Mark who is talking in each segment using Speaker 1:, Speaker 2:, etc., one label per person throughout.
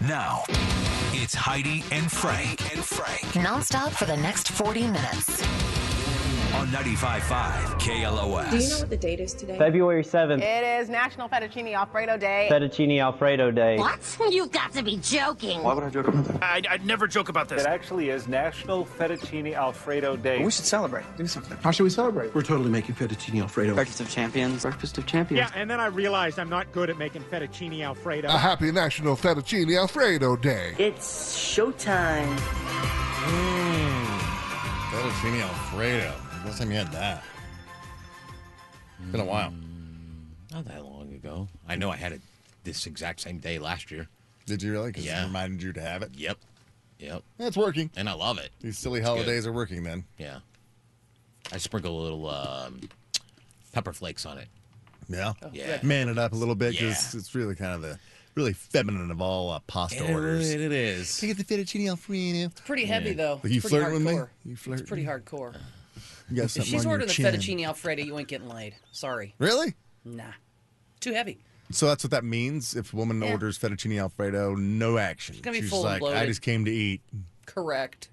Speaker 1: Now, it's Heidi and Frank and Frank
Speaker 2: nonstop for the next 40 minutes.
Speaker 1: on 95.5 KLOS.
Speaker 3: Do you know what the date is today?
Speaker 4: February 7th,
Speaker 5: It is National Fettuccine Alfredo Day.
Speaker 4: Fettuccine Alfredo Day.
Speaker 2: What? You've got to be joking.
Speaker 6: Why would I joke about that?
Speaker 7: I'd, I'd never joke about this.
Speaker 8: It actually is National Fettuccine Alfredo Day.
Speaker 6: We should celebrate. Do something.
Speaker 9: How should we celebrate?
Speaker 10: We're totally making fettuccine alfredo.
Speaker 6: Breakfast of Champions. Breakfast of Champions.
Speaker 7: and then I realized I'm not good at making fettuccine alfredo.
Speaker 9: A happy National Fettuccine Alfredo Day.
Speaker 11: It's showtime.
Speaker 12: Fettuccine Alfredo. Last time you had that. It's been a while.
Speaker 7: Not that long ago.
Speaker 12: I know I had it this exact same day last year.
Speaker 9: Did you really? Because
Speaker 12: Yeah.
Speaker 9: reminded you to have it.
Speaker 12: Yep. Yep.
Speaker 9: It's working.
Speaker 12: And I love it.
Speaker 9: These silly
Speaker 12: holidays
Speaker 9: are working then.
Speaker 12: Yeah. I sprinkle a little um, pepper flakes on it.
Speaker 9: Yeah.
Speaker 11: Oh,
Speaker 12: Yeah.
Speaker 9: Man it up a little bit
Speaker 12: 'cause
Speaker 9: it's really kind of the really feminine of all uh, pasta
Speaker 12: It, it is.
Speaker 9: Get the fettuccine Alfredo.
Speaker 11: It's pretty heavy though.
Speaker 9: You
Speaker 11: It's pretty
Speaker 9: flirting with me?
Speaker 11: hardcore.
Speaker 9: You flirting?
Speaker 11: It's pretty hardcore.
Speaker 9: You got
Speaker 11: If
Speaker 9: something
Speaker 11: she's
Speaker 9: Uh, on your
Speaker 11: ordering the
Speaker 9: chin.
Speaker 11: fettuccine alfredo, you ain't getting laid. Sorry.
Speaker 9: Really?
Speaker 11: Nah. Too heavy.
Speaker 9: So that's what that means. If a woman
Speaker 11: Yeah.
Speaker 9: orders fettuccine Alfredo, no action.
Speaker 11: gonna be
Speaker 9: She's
Speaker 11: full and
Speaker 9: like, I
Speaker 11: bloated."
Speaker 9: just came to eat.
Speaker 11: Correct.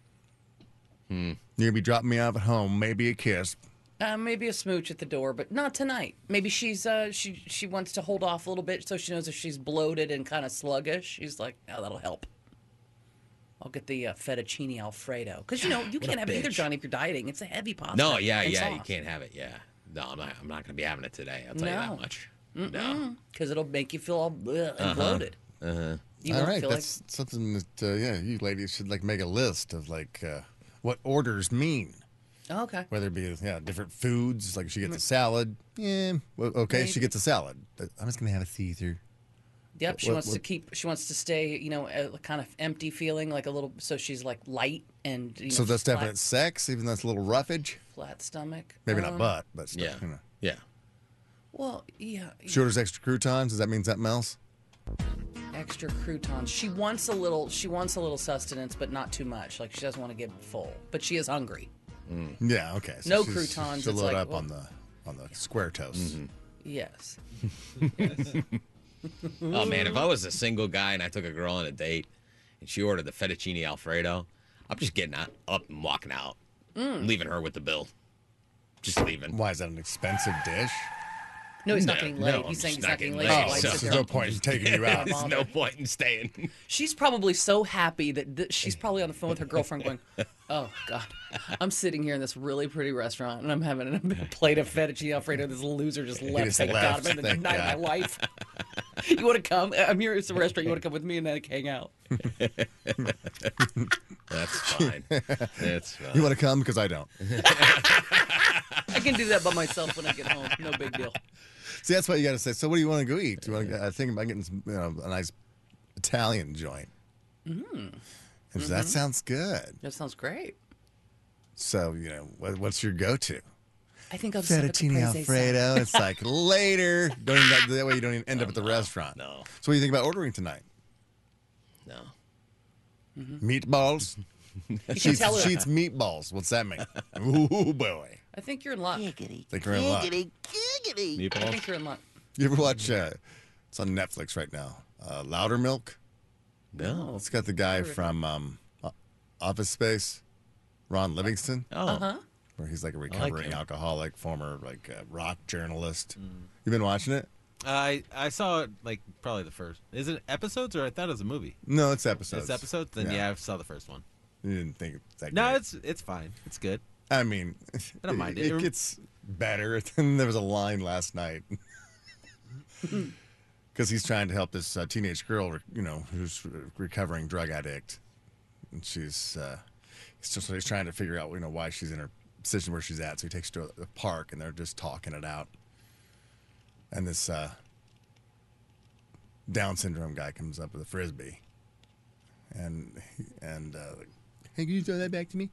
Speaker 9: You're gonna be dropping me off at home, maybe a kiss.
Speaker 11: Uh, maybe a smooch at the door, but not tonight. Maybe she's uh she she wants to hold off a little bit so she knows if she's bloated and kind of sluggish. She's like, oh, that'll help. I'll get the uh, fettuccine alfredo because you know you can't have either,
Speaker 12: bitch.
Speaker 11: Johnny, if you're dieting. It's a heavy pasta.
Speaker 12: No, yeah,
Speaker 11: and
Speaker 12: yeah. You
Speaker 11: sauce.
Speaker 12: can't have it. Yeah. No, I'm not, I'm not going to be having it today. I'll tell you
Speaker 11: No.
Speaker 12: that much. No.
Speaker 11: because it'll make you feel all ugh, and bloated. Uh-huh. You
Speaker 9: All
Speaker 11: won't
Speaker 9: right,
Speaker 11: feel
Speaker 9: that's something that uh, yeah, you ladies should like make a list of like uh, what orders mean.
Speaker 11: like, oh, okay.
Speaker 9: Whether it be yeah, different foods. Like she gets
Speaker 11: Mm-hmm.
Speaker 9: a salad. Yeah. Well, okay, she gets a salad. But I'm just gonna have a Caesar.
Speaker 11: Yep, she
Speaker 9: What-
Speaker 11: wants to
Speaker 9: what-
Speaker 11: keep. She wants to stay. You know, a kind of empty feeling, like a little. So she's like light and you know,
Speaker 9: So that's
Speaker 11: flat,
Speaker 9: definite sex, even though it's a little roughage.
Speaker 11: flat stomach.
Speaker 9: Maybe
Speaker 11: Um,
Speaker 9: not butt, but still,
Speaker 12: Yeah.
Speaker 9: you know.
Speaker 12: Yeah.
Speaker 11: Well, yeah,
Speaker 9: She orders extra croutons. Does that mean something else?
Speaker 11: extra croutons. She wants a little. She wants a little sustenance, but not too much. Like she doesn't want to get full, but she is hungry.
Speaker 9: Yeah. Okay. So
Speaker 11: No
Speaker 9: she's-
Speaker 11: croutons,
Speaker 9: She'll
Speaker 11: it's
Speaker 9: load
Speaker 11: like,
Speaker 9: up
Speaker 11: well-
Speaker 9: on the on the square toast.
Speaker 12: Mm-hmm.
Speaker 11: Yes.
Speaker 12: Oh man, if I
Speaker 11: Mm.
Speaker 12: was a single guy and I took a girl on a date and she ordered the fettuccine alfredo, I'm just getting out, up and walking out,
Speaker 11: Mm.
Speaker 12: leaving her with the bill. Just leaving.
Speaker 9: Why is that an expensive dish?
Speaker 11: No, he's not
Speaker 12: No,
Speaker 11: getting
Speaker 12: no,
Speaker 11: laid.
Speaker 12: I'm
Speaker 11: he's saying he's
Speaker 12: just
Speaker 11: not
Speaker 12: not
Speaker 11: getting laid.
Speaker 12: getting
Speaker 11: He
Speaker 12: laid,
Speaker 11: likes
Speaker 12: so-
Speaker 11: the
Speaker 9: there's
Speaker 11: girl.
Speaker 9: no point in taking you out.
Speaker 12: There's no point in staying.
Speaker 11: She's probably so happy that th- she's probably on the phone with her girlfriend going, Oh, God, I'm sitting here in this really pretty restaurant and I'm having a big plate of fettuccine Alfredo. This loser just left.
Speaker 9: just
Speaker 11: thank
Speaker 9: left,
Speaker 11: God, I'm in the
Speaker 9: thank
Speaker 11: night
Speaker 9: God.
Speaker 11: of my life. you want to come? I'm here at the restaurant. You want to come with me and then like, hang out?
Speaker 12: That's fine. That's
Speaker 9: You
Speaker 12: fine.
Speaker 9: want to come? Because I don't.
Speaker 11: I can do that by myself when I get home. No big deal.
Speaker 9: See, that's why you got to say. So, what do you want to go eat? Do you want to? I think about getting some, you know, a nice Italian joint. And so That sounds good.
Speaker 11: That sounds great.
Speaker 9: So, you know, what, what's your go-to?
Speaker 11: I think I'll just have
Speaker 9: Fettuccine Alfredo. It's like later. Don't even, that way, you don't even end up at the restaurant.
Speaker 12: no.
Speaker 9: So, what do you think about ordering tonight? Mm-hmm.
Speaker 12: No.
Speaker 9: Meatballs.
Speaker 11: You can
Speaker 9: Sheets,
Speaker 11: tell her.
Speaker 9: sheets meatballs. What's that mean? Ooh boy.
Speaker 11: I think you're in luck.
Speaker 9: Think we're in luck.
Speaker 11: I think you're in luck.
Speaker 9: You ever watch? Uh, it's on Netflix right now. Uh, Louder Milk.
Speaker 12: No.
Speaker 9: It's got the guy from um, O- Office Space, Ron Livingston,
Speaker 12: Oh. Uh-huh.
Speaker 9: where he's like a recovering
Speaker 12: him.
Speaker 9: alcoholic, former like uh, rock journalist.
Speaker 7: Mm.
Speaker 9: You been watching it?
Speaker 7: I I saw it like probably the first. Is it episodes or I thought it was a movie?
Speaker 9: No, it's episodes.
Speaker 7: It's episodes. Then yeah. I saw the first one.
Speaker 9: You didn't think it's that?
Speaker 7: No,
Speaker 9: great.
Speaker 7: it's it's fine. It's good.
Speaker 9: I mean,
Speaker 7: I don't mind
Speaker 9: it,
Speaker 7: it.
Speaker 9: it gets better. there was a line last night because he's trying to help this uh, teenage girl, you know, who's a recovering drug addict, and she's uh, he's just he's trying to figure out, you know, why she's in her position where she's at. So he takes her to the park, and they're just talking it out. And this uh, Down syndrome guy comes up with a frisbee, and and uh, hey, can you throw that back to me?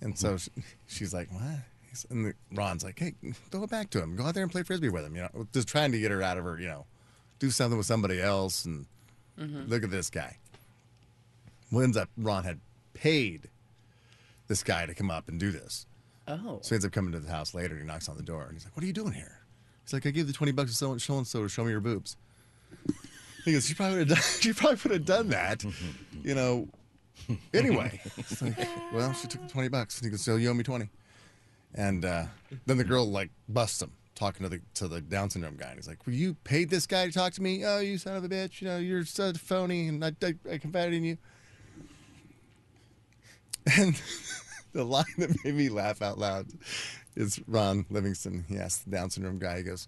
Speaker 9: And so she, she's like, "What?" He's- And the, Ron's like, "Hey, throw it back to him. Go out there and play frisbee with him. You know, just trying to get her out of her. You know, do something with somebody else. And look at this guy. Well, ends up Ron had paid this guy to come up and do this.
Speaker 11: Oh.
Speaker 9: So he ends up coming to the house later. And he knocks on the door and he's like, "What are you doing here?" He's like, "I gave the twenty bucks to so and so and so to show me your boobs." He goes, she probably would have done. She probably would have done that, you know. Anyway, it's like, well, she took the twenty bucks, and he goes, so you owe me twenty. And uh, then the girl like busts him talking to the to the Down syndrome guy, and he's like, well, you paid this guy to talk to me? Oh, you son of a bitch! You know, you're such a phony, and I, I, I confided in you. And the line that made me laugh out loud is Ron Livingston. He asks the Down syndrome guy, he goes,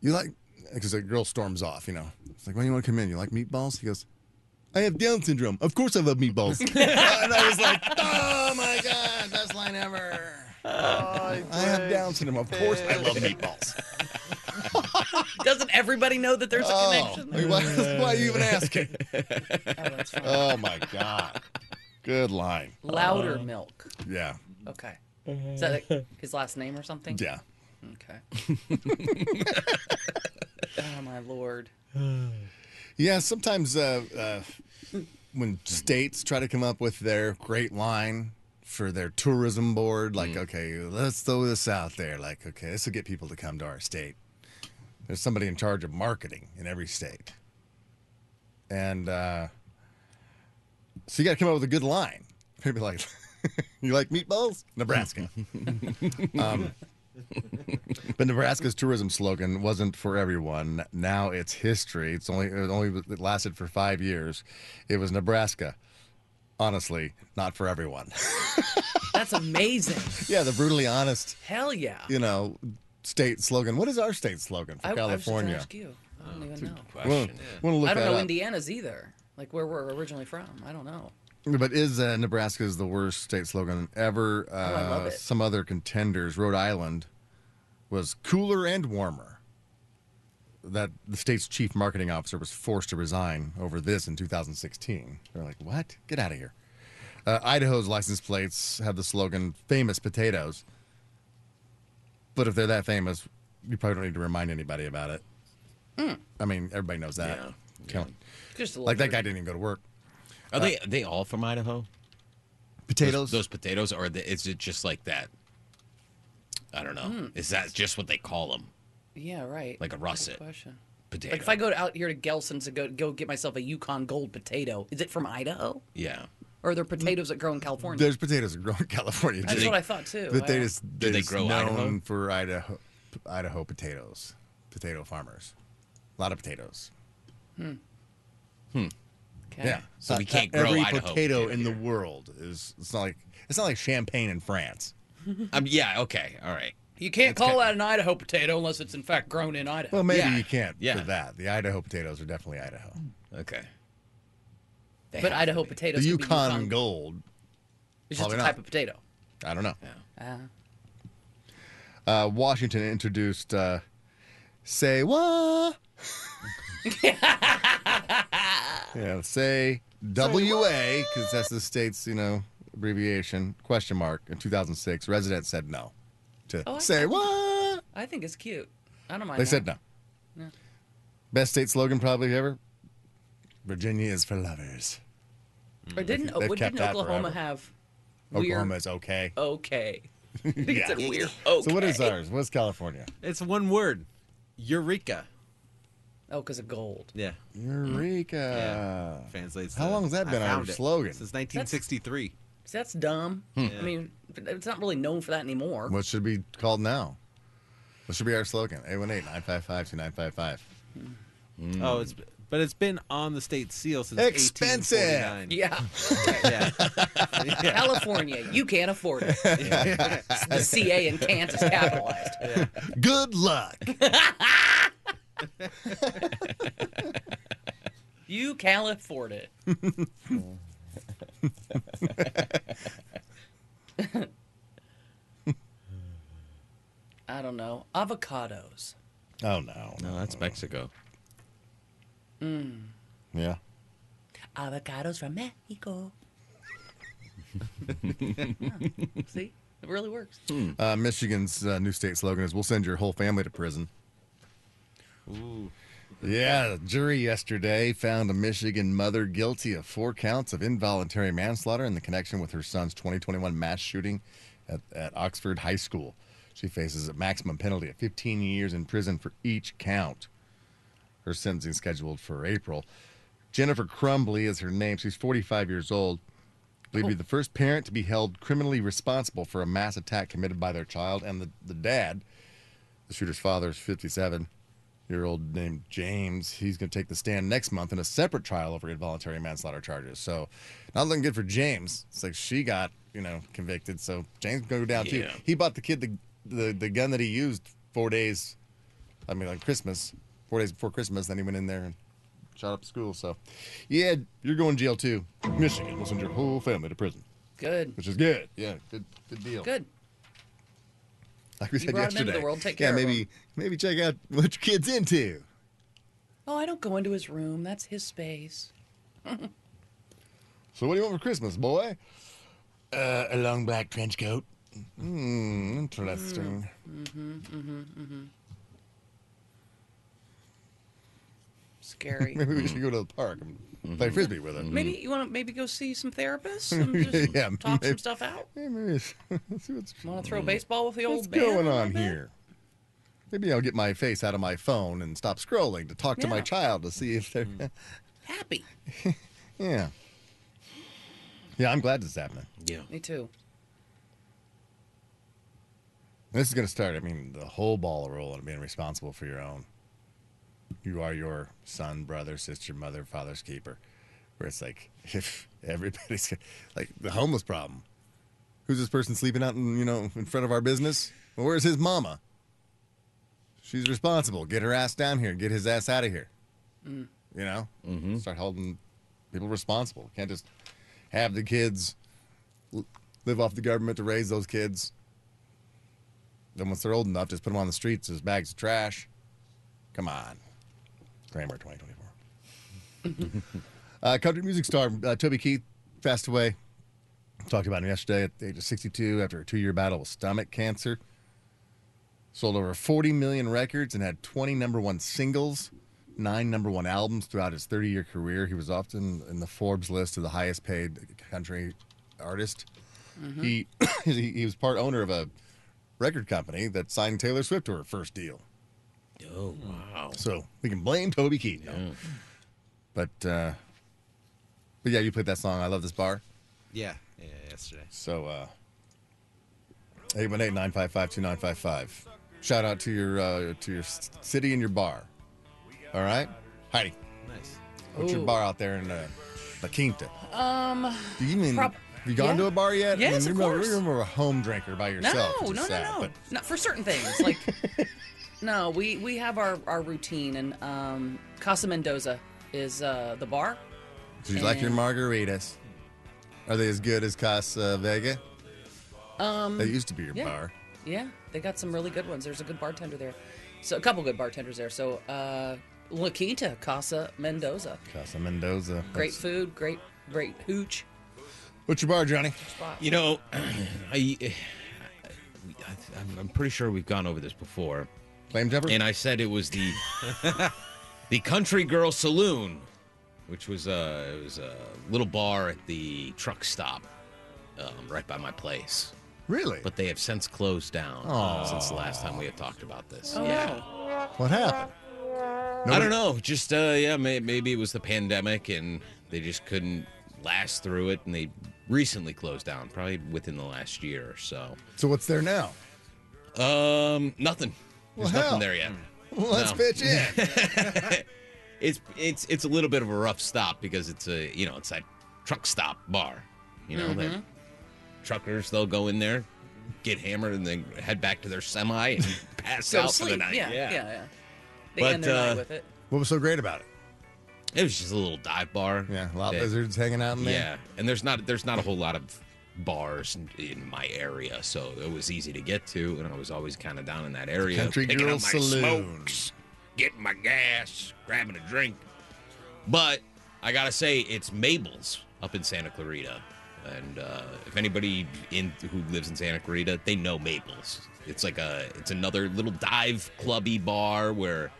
Speaker 9: You like, because the girl storms off, you know. It's like, Why do you want to come in? You like meatballs? He goes, I have Down syndrome. Of course I love meatballs. and I was like, Oh my God, best line ever.
Speaker 11: Oh,
Speaker 9: I have Down syndrome. Of course I love meatballs.
Speaker 11: Doesn't everybody know that there's a
Speaker 9: Oh,
Speaker 11: connection?
Speaker 9: I mean, why, why are you even asking?
Speaker 11: Oh, that's fine.
Speaker 9: Oh my God. Good line.
Speaker 11: Louder milk.
Speaker 9: Yeah.
Speaker 11: Okay. Is that like, his last name or something?
Speaker 9: Uh-huh. Yeah.
Speaker 11: Okay. oh my lord.
Speaker 9: Yeah, sometimes uh, uh, when states try to come up with their great line for their tourism board, like, okay, let's throw this out there. Like, okay, this will get people to come to our state. There's somebody in charge of marketing in every state. And uh, so you got to come up with a good line. Maybe like, you like meatballs? Nebraska. But Nebraska's tourism slogan wasn't for everyone. Now it's history. It's only it only it lasted for five years. It was Nebraska. Honestly, not for everyone.
Speaker 11: That's amazing.
Speaker 9: yeah, the brutally honest,
Speaker 11: Hell yeah.
Speaker 9: you know, state slogan. What is our state slogan for
Speaker 11: I, I was just gonna
Speaker 9: California?
Speaker 11: ask you. I don't even know.
Speaker 9: Want to look
Speaker 11: I don't
Speaker 9: that
Speaker 11: know
Speaker 9: up.
Speaker 11: Indiana's either. Like where we're originally from. I don't know.
Speaker 9: But is uh, Nebraska's the worst state slogan ever? Uh,
Speaker 11: Oh, I love it.
Speaker 9: Some other contenders, Rhode Island, was cooler and warmer. That the state's chief marketing officer was forced to resign over this in 2016. They're like, what? Get out of here. Uh, Idaho's license plates have the slogan "Famous Potatoes," but if they're that famous, you probably don't need to remind anybody about it. I mean, everybody knows that.
Speaker 12: Yeah.
Speaker 9: Come on.
Speaker 11: Hmm. Just a little
Speaker 9: Like that
Speaker 11: bit.
Speaker 9: guy didn't even go to work.
Speaker 12: Are they
Speaker 7: Uh,
Speaker 12: are they all from Idaho?
Speaker 9: Potatoes.
Speaker 12: Those potatoes, or the, is it just like that? I don't know.
Speaker 9: Hmm.
Speaker 12: Is that just what they call them?
Speaker 11: Yeah, right.
Speaker 12: Like a
Speaker 11: Good
Speaker 12: russet
Speaker 11: question.
Speaker 12: potato?
Speaker 9: eh,
Speaker 11: Like if I go out here to Gelson's to go go get myself a Yukon Gold potato, is it from Idaho?
Speaker 12: yeah.
Speaker 11: Or are there potatoes that grow in California?
Speaker 9: There's potatoes that grow in California.
Speaker 11: That's
Speaker 12: they-
Speaker 11: what I thought too.
Speaker 9: But they
Speaker 11: Wow.
Speaker 9: just they're
Speaker 12: they
Speaker 9: just
Speaker 12: grow
Speaker 9: known
Speaker 12: Idaho?
Speaker 9: for Idaho Idaho potatoes, potato farmers, a lot of potatoes.
Speaker 11: Hmm. Okay.
Speaker 9: Yeah,
Speaker 12: Hmm. So
Speaker 9: Not-
Speaker 12: we can't
Speaker 9: not
Speaker 12: grow
Speaker 9: every
Speaker 12: Idaho
Speaker 9: potato
Speaker 12: potato
Speaker 9: in the
Speaker 12: here.
Speaker 9: world is. It's not like it's not like champagne in France.
Speaker 12: Um, yeah. Okay. All right.
Speaker 11: You can't call that an Idaho potato unless it's in fact grown in Idaho.
Speaker 9: Well, maybe
Speaker 12: Yeah.
Speaker 9: you can't
Speaker 12: Yeah.
Speaker 9: for that. The Idaho potatoes are definitely Idaho.
Speaker 12: Okay. They
Speaker 11: but
Speaker 12: have
Speaker 11: Idaho
Speaker 12: to be.
Speaker 9: The
Speaker 11: potatoes. could be
Speaker 9: Yukon Gold.
Speaker 11: It's just a
Speaker 9: probably
Speaker 11: type
Speaker 9: not.
Speaker 11: of potato.
Speaker 9: I don't know.
Speaker 11: Uh,
Speaker 9: Uh, Washington introduced uh, say what? yeah, say WA because that's the state's you know abbreviation question mark. In 2006, residents said no to
Speaker 11: Oh, I-
Speaker 9: say what.
Speaker 11: I think it's cute. I don't mind.
Speaker 9: They
Speaker 11: that.
Speaker 9: said no. Best state slogan probably ever. Virginia is for lovers.
Speaker 11: Or didn't?
Speaker 9: they've
Speaker 11: what
Speaker 9: kept
Speaker 11: didn't
Speaker 9: that
Speaker 11: Oklahoma
Speaker 9: forever.
Speaker 11: have?
Speaker 9: Oklahoma is okay.
Speaker 11: We're okay. I think it said
Speaker 9: Yeah.
Speaker 11: we're okay.
Speaker 9: So what is ours? What's California?
Speaker 7: It's one word. Eureka.
Speaker 11: Oh, because of gold.
Speaker 7: Yeah.
Speaker 9: Eureka.
Speaker 7: Translates.
Speaker 9: How
Speaker 7: to,
Speaker 9: long has that
Speaker 7: "I
Speaker 9: been our
Speaker 7: found it."
Speaker 9: slogan?
Speaker 7: Since 1963.
Speaker 11: See, that's dumb. I mean, it's not really known for that anymore.
Speaker 9: What should it be called now? What should be our slogan? 818 955 2955.
Speaker 12: Hmm.
Speaker 7: Oh, it's but it's been on the state seal since
Speaker 9: Expensive.
Speaker 7: 1849.
Speaker 11: Yeah,
Speaker 7: Yeah. yeah.
Speaker 11: California, you can't afford it. the CA in Kansas capitalized.
Speaker 9: Good luck.
Speaker 11: You can't afford it. I don't know. Avocados.
Speaker 9: oh, no.
Speaker 12: No, that's Mexico.
Speaker 9: Yeah.
Speaker 11: Avocados from Mexico. Yeah, See? It really works.
Speaker 9: Uh, Michigan's uh, new state slogan is We'll send your whole family to prison. Ooh. Yeah, a jury yesterday found a Michigan mother guilty of four counts of involuntary manslaughter in the connection with her son's 2021 mass shooting at, at Oxford High School. She faces a maximum penalty of 15 years in prison for each count. Her sentencing scheduled for April. Jennifer Crumbly is her name. She's 45 years old. Believed to be the first parent to be held criminally responsible for a mass attack committed by their child, and the, the dad, the shooter's father, is 57 year old named James. He's going to take the stand next month in a separate trial over involuntary manslaughter charges. So, not looking good for James. It's like she got you know convicted, so James going to go down too.
Speaker 12: Yeah.
Speaker 9: He bought the kid the, the the gun that he used four days. I mean, like Christmas, four days before Christmas. Then he went in there and shot up school. So, yeah, you're going to jail too. Michigan will send your whole family to prison,
Speaker 11: Good.
Speaker 9: which is good. Yeah, good good deal.
Speaker 11: Good.
Speaker 9: Like we
Speaker 11: You
Speaker 9: said
Speaker 11: brought 'em into
Speaker 9: yesterday.
Speaker 11: the world, take
Speaker 9: yeah,
Speaker 11: care of
Speaker 9: maybe
Speaker 11: 'em.
Speaker 9: maybe check out what your kid's into.
Speaker 11: Oh, I don't go into his room. That's his space.
Speaker 9: So what do you want for Christmas, boy? Uh, a long black trench coat. Hmm,
Speaker 11: Mm.
Speaker 9: interesting.
Speaker 11: Scary.
Speaker 9: Maybe we should go to the park and play frisbee with her.
Speaker 11: maybe you want to maybe go see some therapists and just
Speaker 9: Yeah,
Speaker 11: talk
Speaker 9: maybe.
Speaker 11: some stuff out.
Speaker 9: Hey, maybe it's- let's see what's,
Speaker 11: Want to throw baseball with the
Speaker 9: what's
Speaker 11: old band?
Speaker 9: going
Speaker 11: a little
Speaker 9: on
Speaker 11: bit?
Speaker 9: here. Maybe I'll get my face out of my phone and stop scrolling to talk to my
Speaker 11: Yeah.
Speaker 9: child to see if they're.
Speaker 11: Happy.
Speaker 9: yeah. Yeah, I'm glad this is happening.
Speaker 12: Yeah.
Speaker 11: Me too.
Speaker 9: This is going to start, I mean, the whole ball rolling and being responsible for your own. You are your son, brother, sister, mother, father's keeper. Where it's like, if everybody's like the homeless problem, who's this person sleeping out in, you know, in front of our business? Well, where's his mama? She's responsible. Get her ass down here. Get his ass out of here. You know, start holding people responsible. Can't just have the kids l- live off the government to raise those kids. Then once they're old enough, just put them on the streets as bags of trash. Come on. Grammar 2024. uh, country music star uh, Toby Keith passed away. Talked about him yesterday at the age of 62 after a two year battle with stomach cancer. Sold over 40 million records and had 20 number one singles, nine number one albums throughout his 30 year career. He was often in the Forbes list of the highest paid country artist. He, he he was part owner of a record company that signed Taylor Swift to her first deal.
Speaker 12: Oh
Speaker 11: Hmm.
Speaker 12: wow.
Speaker 9: So we can blame Toby Keith. no. But uh, but yeah, you played that song. I love this bar.
Speaker 7: Yeah. Yeah. Yesterday.
Speaker 9: So uh, 818-955-2955. Shout out to your uh, to your s- city and your bar. All right, Heidi,
Speaker 7: Nice.
Speaker 9: what's your
Speaker 11: Ooh.
Speaker 9: bar out there in uh, La Quinta? Um, do you mean
Speaker 11: prob-
Speaker 9: have you gone
Speaker 11: yeah.
Speaker 9: to a bar yet? I
Speaker 11: Yes,
Speaker 9: mean,
Speaker 11: of
Speaker 9: you're, more-
Speaker 11: course.
Speaker 9: You're more of a home drinker by
Speaker 11: No,
Speaker 9: yourself.
Speaker 11: no,
Speaker 9: which is
Speaker 11: no,
Speaker 9: sad,
Speaker 11: no,
Speaker 9: but-
Speaker 11: Not for certain things. Like, no, we we have our our routine, and um, Casa Mendoza is uh, the bar.
Speaker 9: Do you like your
Speaker 11: And-
Speaker 9: margaritas? Are they as good as Casa Vega? Um, that used to be your
Speaker 11: yeah.
Speaker 9: bar.
Speaker 11: Yeah, they got some really good ones. There's a good bartender there, so a couple good bartenders there. So uh, La Quinta Casa Mendoza,
Speaker 9: Casa Mendoza.
Speaker 11: great
Speaker 9: That's-
Speaker 11: food, great great hooch.
Speaker 9: What's your bar, Johnny?
Speaker 12: You know, I, I, I'm- I'm pretty sure we've gone over this before,
Speaker 9: Flame jumper.
Speaker 12: and I said it was the the Country Girl Saloon, which was a it was a little bar at the truck stop, um, right by my place.
Speaker 9: really?
Speaker 12: But they have since closed down uh, since the last time we had talked about this. yeah,
Speaker 9: what happened?
Speaker 12: I don't know. Just uh, yeah, may, maybe it was the pandemic, and they just couldn't last through it, and they recently closed down, probably within the last year or so.
Speaker 9: So what's there now?
Speaker 12: Um, nothing.
Speaker 9: Well, hell.
Speaker 12: There's
Speaker 9: Hmm.
Speaker 12: nothing there yet.
Speaker 9: Well, let's
Speaker 12: No.
Speaker 9: pitch in.
Speaker 12: It's it's it's a little bit of a rough stop because it's a you know it's that truck stop bar. You know,
Speaker 11: Mm-hmm.
Speaker 12: that truckers they'll go in there, get hammered, and then head back to their semi and pass
Speaker 11: Go
Speaker 12: out
Speaker 11: to
Speaker 12: for the
Speaker 11: sleep.
Speaker 12: night.
Speaker 11: Yeah, yeah, yeah. They
Speaker 12: But,
Speaker 11: end their
Speaker 12: uh,
Speaker 11: night with it.
Speaker 9: what was so great about it?
Speaker 12: It was just a little dive bar.
Speaker 9: Yeah, a lot of
Speaker 12: that-
Speaker 9: lizards hanging out in there.
Speaker 12: Yeah, and there's not there's not a whole lot of bars in, in my area, so it was easy to get to, and I was always kind of down in that area.
Speaker 9: Country
Speaker 12: picking
Speaker 9: Girl
Speaker 12: up my
Speaker 9: Saloon.
Speaker 12: smokes, getting my gas, grabbing a drink. But I gotta say, it's Mabel's up in Santa Clarita, and uh, if anybody in who lives in Santa Clarita, they know Mabel's. It's like a it's another little dive clubby bar where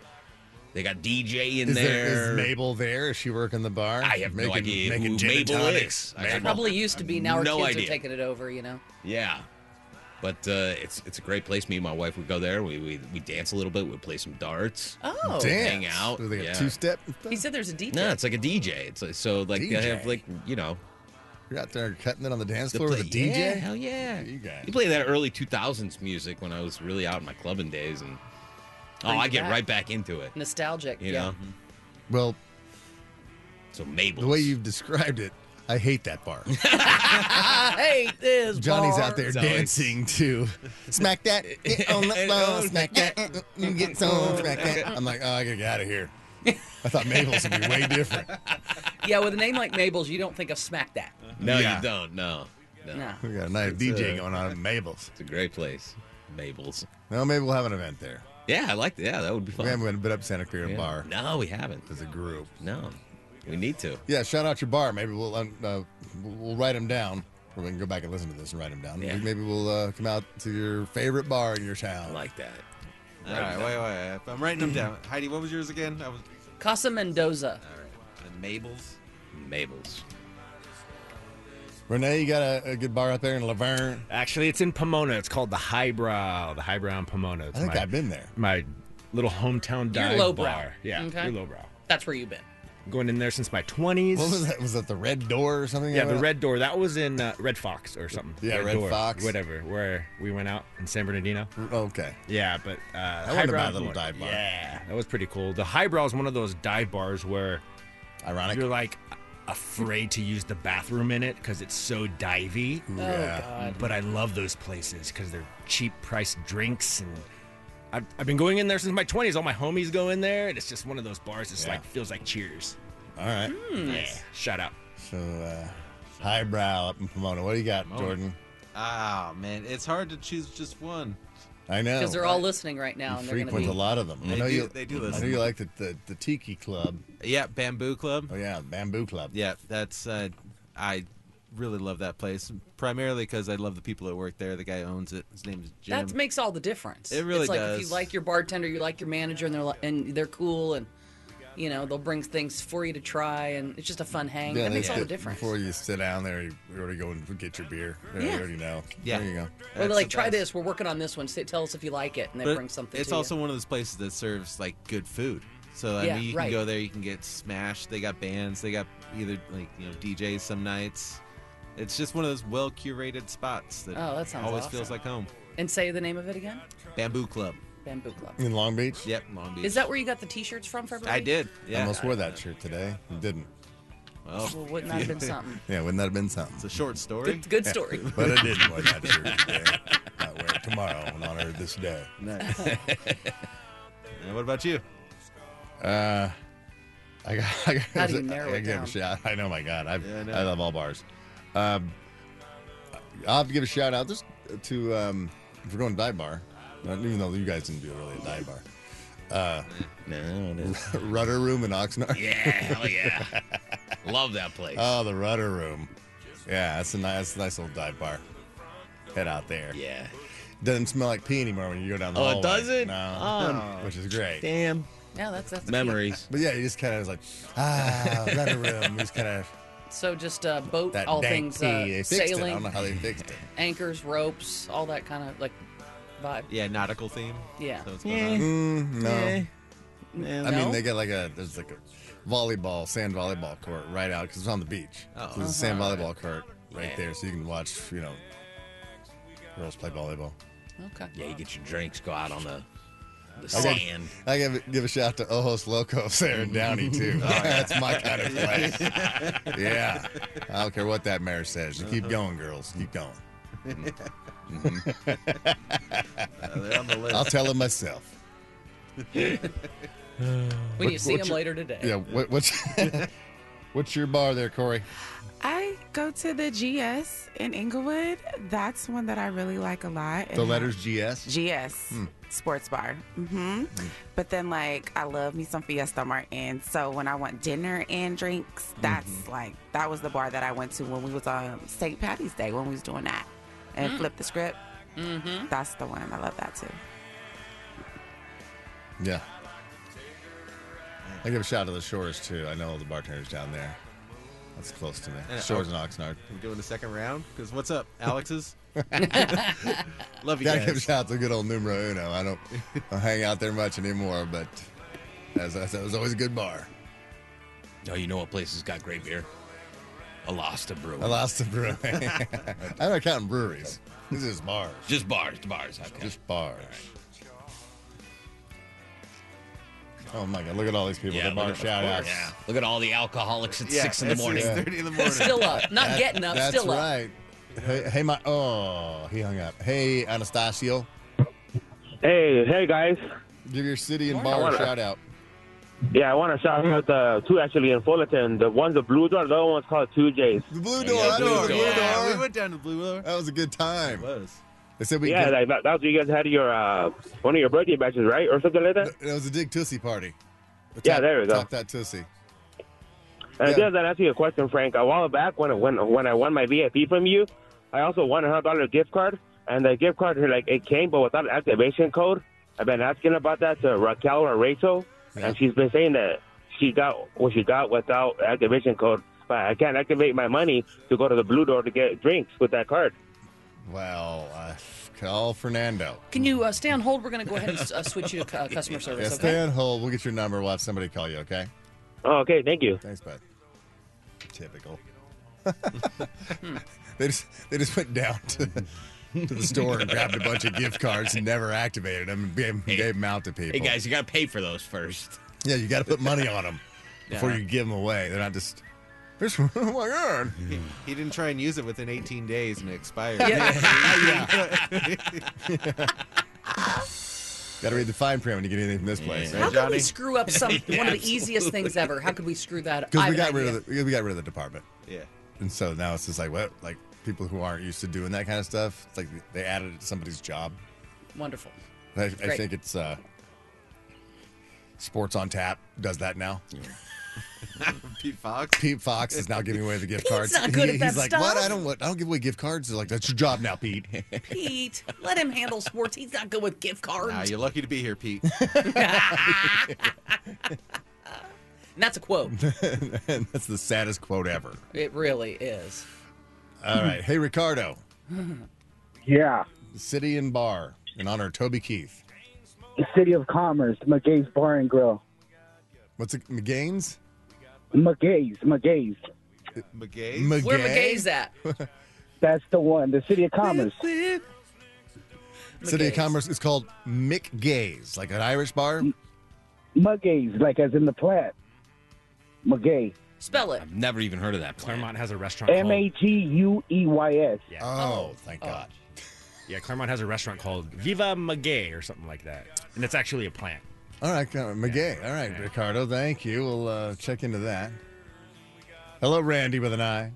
Speaker 12: they got DJ in
Speaker 9: Is
Speaker 12: there.
Speaker 9: there is Mabel there? Is she working the bar?
Speaker 12: I have no
Speaker 9: Making-
Speaker 12: idea
Speaker 9: making
Speaker 12: who
Speaker 9: gin and
Speaker 12: Mabel
Speaker 9: tonics.
Speaker 12: is. I got
Speaker 9: Mabel.
Speaker 11: Probably used to be. Now our
Speaker 12: uh, no
Speaker 11: kids
Speaker 12: idea.
Speaker 11: are taking it over. You know.
Speaker 12: Yeah. But uh, it's it's a great place. Me and my wife would go there. We we, we dance a little bit. We play some darts.
Speaker 11: Oh,
Speaker 9: Dance.
Speaker 12: hang out,
Speaker 9: Do they got
Speaker 12: yeah.
Speaker 9: two step?
Speaker 11: he said there's a DJ.
Speaker 12: No, it's like a DJ. It's like, so like they have
Speaker 9: DJ.
Speaker 12: like you know
Speaker 9: You're out there cutting it on the dance
Speaker 12: the
Speaker 9: floor
Speaker 12: play-
Speaker 9: with a DJ.
Speaker 12: Yeah, hell yeah.
Speaker 9: You got it.
Speaker 12: play that early 2000s music when I was really out in my clubbing days, and oh,
Speaker 11: Brings
Speaker 12: I
Speaker 11: you
Speaker 12: get
Speaker 11: back.
Speaker 12: right back into it.
Speaker 11: Nostalgic.
Speaker 12: You
Speaker 11: yeah.
Speaker 12: know,
Speaker 9: Well,
Speaker 12: so Mabel.
Speaker 9: the way you've described it, I hate that bar.
Speaker 11: I hate this.
Speaker 9: Johnny's
Speaker 11: bar.
Speaker 9: out there
Speaker 12: It's always-
Speaker 9: dancing too. Smack that eh, on the floor, smack that, eh, eh, get some, smack that. I'm like, oh, I gotta get out of here. I thought Mabel's would be way different.
Speaker 11: Yeah, with a name like Mabel's, you don't think of smack that.
Speaker 7: Uh-huh.
Speaker 12: no,
Speaker 9: Yeah.
Speaker 12: you don't. No, no,
Speaker 11: No.
Speaker 9: We got a nice DJ
Speaker 12: uh,
Speaker 9: going on at Mabel's.
Speaker 12: it's a great place, Mabel's.
Speaker 9: No, maybe we'll have an event there.
Speaker 12: Yeah, I liked it. Yeah, that would be
Speaker 9: We
Speaker 12: fun.
Speaker 9: haven't been up Santa Clara
Speaker 12: Yeah.
Speaker 9: Bar
Speaker 12: No, we haven't.
Speaker 9: as a group.
Speaker 12: No, we need to.
Speaker 9: Yeah, shout out your bar. Maybe we'll um, uh, we'll write them down. Or we can go back and listen to this and write them down.
Speaker 12: Yeah.
Speaker 9: Maybe we'll uh, come out to your favorite bar in your
Speaker 12: I
Speaker 9: town.
Speaker 12: like that.
Speaker 7: All right, wait, wait. wait. I'm writing them down. Heidi, what was yours again? I was
Speaker 11: Casa Mendoza.
Speaker 7: all right. And Mabel's.
Speaker 12: Mabel's.
Speaker 9: Renee, you got a, a good bar out there in Laverne.
Speaker 3: Actually, it's in Pomona. It's called the Highbrow. The Highbrow in Pomona. It's
Speaker 9: I think
Speaker 3: my,
Speaker 9: I've been there.
Speaker 3: my little hometown
Speaker 11: You're
Speaker 3: dive
Speaker 11: lowbrow.
Speaker 3: bar. Yeah,
Speaker 11: Okay.
Speaker 3: you're lowbrow.
Speaker 11: That's where you've been.
Speaker 3: Going in there since my 20s.
Speaker 9: What was that? Was that the Red Door or something?
Speaker 3: Yeah, the
Speaker 9: What-
Speaker 3: Red Door. That was in uh, Red Fox or something.
Speaker 9: Yeah, Red
Speaker 3: Door,
Speaker 9: Fox.
Speaker 3: Whatever. Where we went out in San Bernardino.
Speaker 9: Okay.
Speaker 3: Yeah, but uh,
Speaker 9: I wonder
Speaker 3: Highbrow
Speaker 9: about a
Speaker 3: is
Speaker 9: little
Speaker 3: one-
Speaker 9: dive bar.
Speaker 3: Yeah, that was pretty cool. The Highbrow is one of those dive bars where
Speaker 9: Ironic.
Speaker 3: you're like afraid to use the bathroom in it because it's so divey.
Speaker 9: yeah.
Speaker 3: But I love those places because they're cheap priced drinks and. I've, I've been going in there since my 20s. All my homies go in there, and it's just one of those bars that's
Speaker 9: Yeah.
Speaker 3: like feels like Cheers.
Speaker 9: All right.
Speaker 3: Yeah, shout out.
Speaker 9: So, uh, highbrow up in Pomona. What do you got, Jordan?
Speaker 7: Ah, man, it's hard to choose just one.
Speaker 9: I know.
Speaker 7: Oh,
Speaker 11: Because they're all listening right now,
Speaker 9: You
Speaker 11: and they're going to
Speaker 9: frequent
Speaker 11: be.
Speaker 9: a lot of them. I
Speaker 7: They
Speaker 9: know
Speaker 7: do-
Speaker 9: you,
Speaker 7: they do
Speaker 9: I know
Speaker 7: listen.
Speaker 9: you like the, the, the Tiki Club.
Speaker 7: Yeah, Bamboo Club.
Speaker 9: Oh, yeah, Bamboo Club.
Speaker 7: Yeah, that's uh, I really love that place primarily because I love the people that work there. The guy who owns it. His name is Jim.
Speaker 11: That makes all the difference.
Speaker 7: It really
Speaker 11: it's like If
Speaker 7: does.
Speaker 11: you like your bartender, you like your manager, and they're li- and they're cool, and you know they'll bring things for you to try, and it's just a fun hang.
Speaker 9: Yeah,
Speaker 11: that
Speaker 9: they
Speaker 11: makes all the
Speaker 9: sit-
Speaker 11: difference.
Speaker 9: Before you sit down there, you you already go and get your beer. They
Speaker 11: Yeah.
Speaker 9: already know.
Speaker 7: Yeah.
Speaker 9: There you go.
Speaker 11: or
Speaker 7: That's
Speaker 11: they're like,
Speaker 7: the
Speaker 11: try
Speaker 7: best.
Speaker 11: this. We're working on this one. Say, tell us if you like it, and they
Speaker 7: But
Speaker 11: bring something.
Speaker 7: It's
Speaker 11: to
Speaker 7: also
Speaker 11: you.
Speaker 7: one of those places that serves like good food. So I
Speaker 11: Yeah,
Speaker 7: mean, you
Speaker 11: right.
Speaker 7: can go there, you can get smashed. They got bands, they got either like you know DJs some nights. It's just one of those well curated spots that,
Speaker 11: Oh, that sounds
Speaker 7: always
Speaker 11: awesome.
Speaker 7: feels like home.
Speaker 11: And say the name of it again.
Speaker 7: Bamboo Club.
Speaker 11: Bamboo Club.
Speaker 9: In Long Beach?
Speaker 7: Yep, Long Beach.
Speaker 11: Is that where you got the T-shirts from, for everybody?
Speaker 7: I did.
Speaker 9: I
Speaker 7: Yeah,
Speaker 9: almost wore
Speaker 7: I-
Speaker 9: that shirt today. You didn't.
Speaker 7: Well,
Speaker 11: Well, wouldn't that have been something?
Speaker 9: Yeah, wouldn't that have been
Speaker 7: it's
Speaker 9: something?
Speaker 7: a short story.
Speaker 11: Good, good story.
Speaker 9: But I didn't wear that shirt today. I'll wear it tomorrow in honor of this day.
Speaker 7: And what about you?
Speaker 9: Uh, I got, I got,
Speaker 11: How do you narrow
Speaker 9: I
Speaker 11: it
Speaker 9: give
Speaker 11: down?
Speaker 9: a shout. I know, my God, I,
Speaker 7: Yeah, I know.
Speaker 9: I love all bars. Um, I'll have to give a shout out just to um, if we're going dive bar, not- even though you guys didn't do really a dive bar.
Speaker 12: No, it is.
Speaker 9: Rudder Room in Oxnard.
Speaker 12: yeah, hell yeah. Love that place.
Speaker 9: Oh, the Rudder Room. Yeah, that's a nice, nice little dive bar. Head out there.
Speaker 12: yeah.
Speaker 9: Doesn't smell like pee anymore when you go down the
Speaker 12: Oh, it
Speaker 9: hallway.
Speaker 12: doesn't?
Speaker 9: No,
Speaker 12: Oh.
Speaker 9: which is great.
Speaker 12: Damn.
Speaker 11: Yeah, that's that's
Speaker 12: Memories.
Speaker 9: But yeah, you just kind of like ah, Rudder Room. Just kind of
Speaker 11: So just uh, boat,
Speaker 9: that
Speaker 11: all
Speaker 9: dank
Speaker 11: things
Speaker 9: pee.
Speaker 11: uh,
Speaker 9: they fixed it. I don't know
Speaker 11: sailing,
Speaker 9: how they fixed it.
Speaker 11: anchors, ropes, all that kind of like vibe.
Speaker 7: Yeah, nautical theme.
Speaker 11: Yeah.
Speaker 7: So it's
Speaker 12: Eh.
Speaker 7: going on.
Speaker 9: Mm, no.
Speaker 11: No?
Speaker 9: I mean, they got like a there's like a volleyball sand volleyball court right out because it's on the beach.
Speaker 7: Oh.
Speaker 9: So there's a sand volleyball court right
Speaker 12: Uh-huh. Yeah.
Speaker 9: there, so you can watch you know girls play volleyball.
Speaker 11: okay.
Speaker 12: Yeah, you get your drinks, go out on the, the
Speaker 9: Okay.
Speaker 12: sand.
Speaker 9: I give give a shout to Ojos Locos there in Downey too. That's my kind of place. yeah, I don't care what that mayor says. Just keep going, girls. Keep going.
Speaker 7: Uh, they're on the list.
Speaker 9: I'll tell him myself.
Speaker 11: When you
Speaker 9: What-
Speaker 11: see
Speaker 9: what's
Speaker 11: them
Speaker 9: your-
Speaker 11: later today.
Speaker 9: Yeah. What, what's what's your bar there, Corey?
Speaker 10: I go to the GS in Inglewood. That's one that I really like a lot.
Speaker 9: The
Speaker 10: It
Speaker 9: letters GS.
Speaker 10: GS Sports Bar. hmm But then, like, I love me some Fiesta Martin. So when I want dinner and drinks, that's like that was the bar that I went to when we was on St. Patty's Day when we was doing that and flip the script. Mm-hmm. That's the one. I love that too.
Speaker 9: Yeah. I give a shout out to the shores too. I know all the bartenders down there. That's close to me.
Speaker 7: And-
Speaker 9: Shores and Oxnard.
Speaker 7: I'm doing the second round because what's up, Alex's? Love you
Speaker 9: Gotta
Speaker 7: guys.
Speaker 9: give shout out to good old numero uno. I don't, I don't hang out there much anymore, but as I said, it was always a good bar.
Speaker 12: Oh, you know what place has got great beer? Alasta Brewery.
Speaker 9: I lost the brewery. I'm not counting breweries. This is bars.
Speaker 12: Just bars, bars. Okay.
Speaker 9: Just bars. Oh my god! Look at all these people. the bar
Speaker 12: look at-
Speaker 9: shout outs.
Speaker 12: Yeah, look at all the alcoholics at
Speaker 9: Yeah,
Speaker 12: six in the
Speaker 9: it's
Speaker 12: morning.
Speaker 9: 6:30 in the morning.
Speaker 11: Still up. Not
Speaker 9: That-
Speaker 11: getting up,
Speaker 9: That's
Speaker 11: still up.
Speaker 9: right. Hey, hey, my. Oh, he hung up. Hey, Anastasio.
Speaker 13: Hey, hey guys.
Speaker 9: Give your city and
Speaker 13: I
Speaker 9: bar a
Speaker 13: wanna-
Speaker 9: shout out.
Speaker 13: Yeah, I want to shout out the two actually in Fullerton. The one's a blue door, the other one's called Two J's.
Speaker 9: The blue
Speaker 13: There you
Speaker 9: door.
Speaker 13: go,
Speaker 9: I
Speaker 13: Blue
Speaker 9: know the blue
Speaker 13: Door. Yeah,
Speaker 9: door.
Speaker 13: we
Speaker 9: went
Speaker 7: down to blue door.
Speaker 9: That was a good time. It
Speaker 7: was.
Speaker 9: They said we.
Speaker 13: yeah,
Speaker 9: could-
Speaker 13: like, that, that's what you guys had your uh, one of your birthday batches, right, or something like that.
Speaker 9: It was a Dig Tussie party. Let's
Speaker 13: yeah,
Speaker 9: talk-
Speaker 13: there we go.
Speaker 9: Talk that Tussie.
Speaker 13: And I guess that answers your question, Frank. A while back, when I, when when I won my VIP from you, I also won a hundred dollar gift card, and the gift card like it came, but without an activation code. I've been asking about that to Raquel or Rachel, and she's been saying that she got what she got without activation code. But I can't activate my money to go to the Blue Door to get drinks with that card.
Speaker 9: Well, uh, call Fernando.
Speaker 11: Can you uh, stay on hold? We're going to go ahead and uh, switch you to uh, customer service.
Speaker 9: Yeah,
Speaker 11: okay.
Speaker 9: stay on hold. We'll get your number. We'll have somebody call you, okay?
Speaker 13: Oh, okay. Thank you.
Speaker 9: Thanks, bud. Typical. they just they just went down to, to the store and grabbed a bunch of gift cards and never activated them and gave, gave them out to people.
Speaker 12: Hey guys, you gotta pay for those first.
Speaker 9: Yeah, you got to put money on them before
Speaker 12: Yeah.
Speaker 9: you give them away. They're not just. There's, oh my god!
Speaker 7: He, he didn't try and use it within 18 days and it expired.
Speaker 9: Yeah. got to read the fine print when you get anything from this place.
Speaker 11: How could we screw up some one of the easiest things ever? How could we screw that up?
Speaker 9: Because
Speaker 11: I
Speaker 9: we
Speaker 11: have
Speaker 9: got
Speaker 11: an
Speaker 9: rid of
Speaker 11: idea.
Speaker 9: the because we got rid of the department.
Speaker 7: Yeah.
Speaker 9: And so now it's just like what like people who aren't used to doing that kind of stuff. It's like they added it to somebody's job.
Speaker 11: Wonderful.
Speaker 9: I, I
Speaker 11: Great.
Speaker 9: think it's uh Sports on Tap does that now.
Speaker 7: Pete Fox.
Speaker 9: Pete Fox is now giving away the gift
Speaker 11: Pete's
Speaker 9: cards.
Speaker 11: not good at
Speaker 9: he's
Speaker 11: that
Speaker 9: like,
Speaker 11: stuff.
Speaker 9: what? I don't. What? I don't give away gift cards. They're like, that's your job now, Pete.
Speaker 11: Pete, let him handle sports. He's not good with gift cards.
Speaker 7: Nah, you're lucky to be here, Pete.
Speaker 11: And that's a quote.
Speaker 9: and that's the saddest quote ever.
Speaker 11: It really is.
Speaker 9: All right, hey Ricardo.
Speaker 14: Yeah.
Speaker 9: City and bar in honor of Toby Keith.
Speaker 14: The City of Commerce, McGay's Bar and Grill.
Speaker 9: What's it? McGain's?
Speaker 14: McGay's, McGay's.
Speaker 7: McGay?
Speaker 11: Where McGay's at?
Speaker 14: That's the one. The City of Commerce.
Speaker 9: City of
Speaker 14: McGay's.
Speaker 9: Commerce is called McGay's, like an Irish bar.
Speaker 14: McGay's, like as in the plat. McGay.
Speaker 11: Spell it.
Speaker 12: Never even heard of that. Claremont
Speaker 3: has a restaurant.
Speaker 14: M A G U E Y S.
Speaker 9: Oh, thank God.
Speaker 3: Yeah, Claremont has a restaurant called Viva Magay or something like that, and it's actually a plant.
Speaker 9: All right, uh, McGay. All right, Ricardo. Thank you. We'll uh, check into that. Hello, Randy with an I.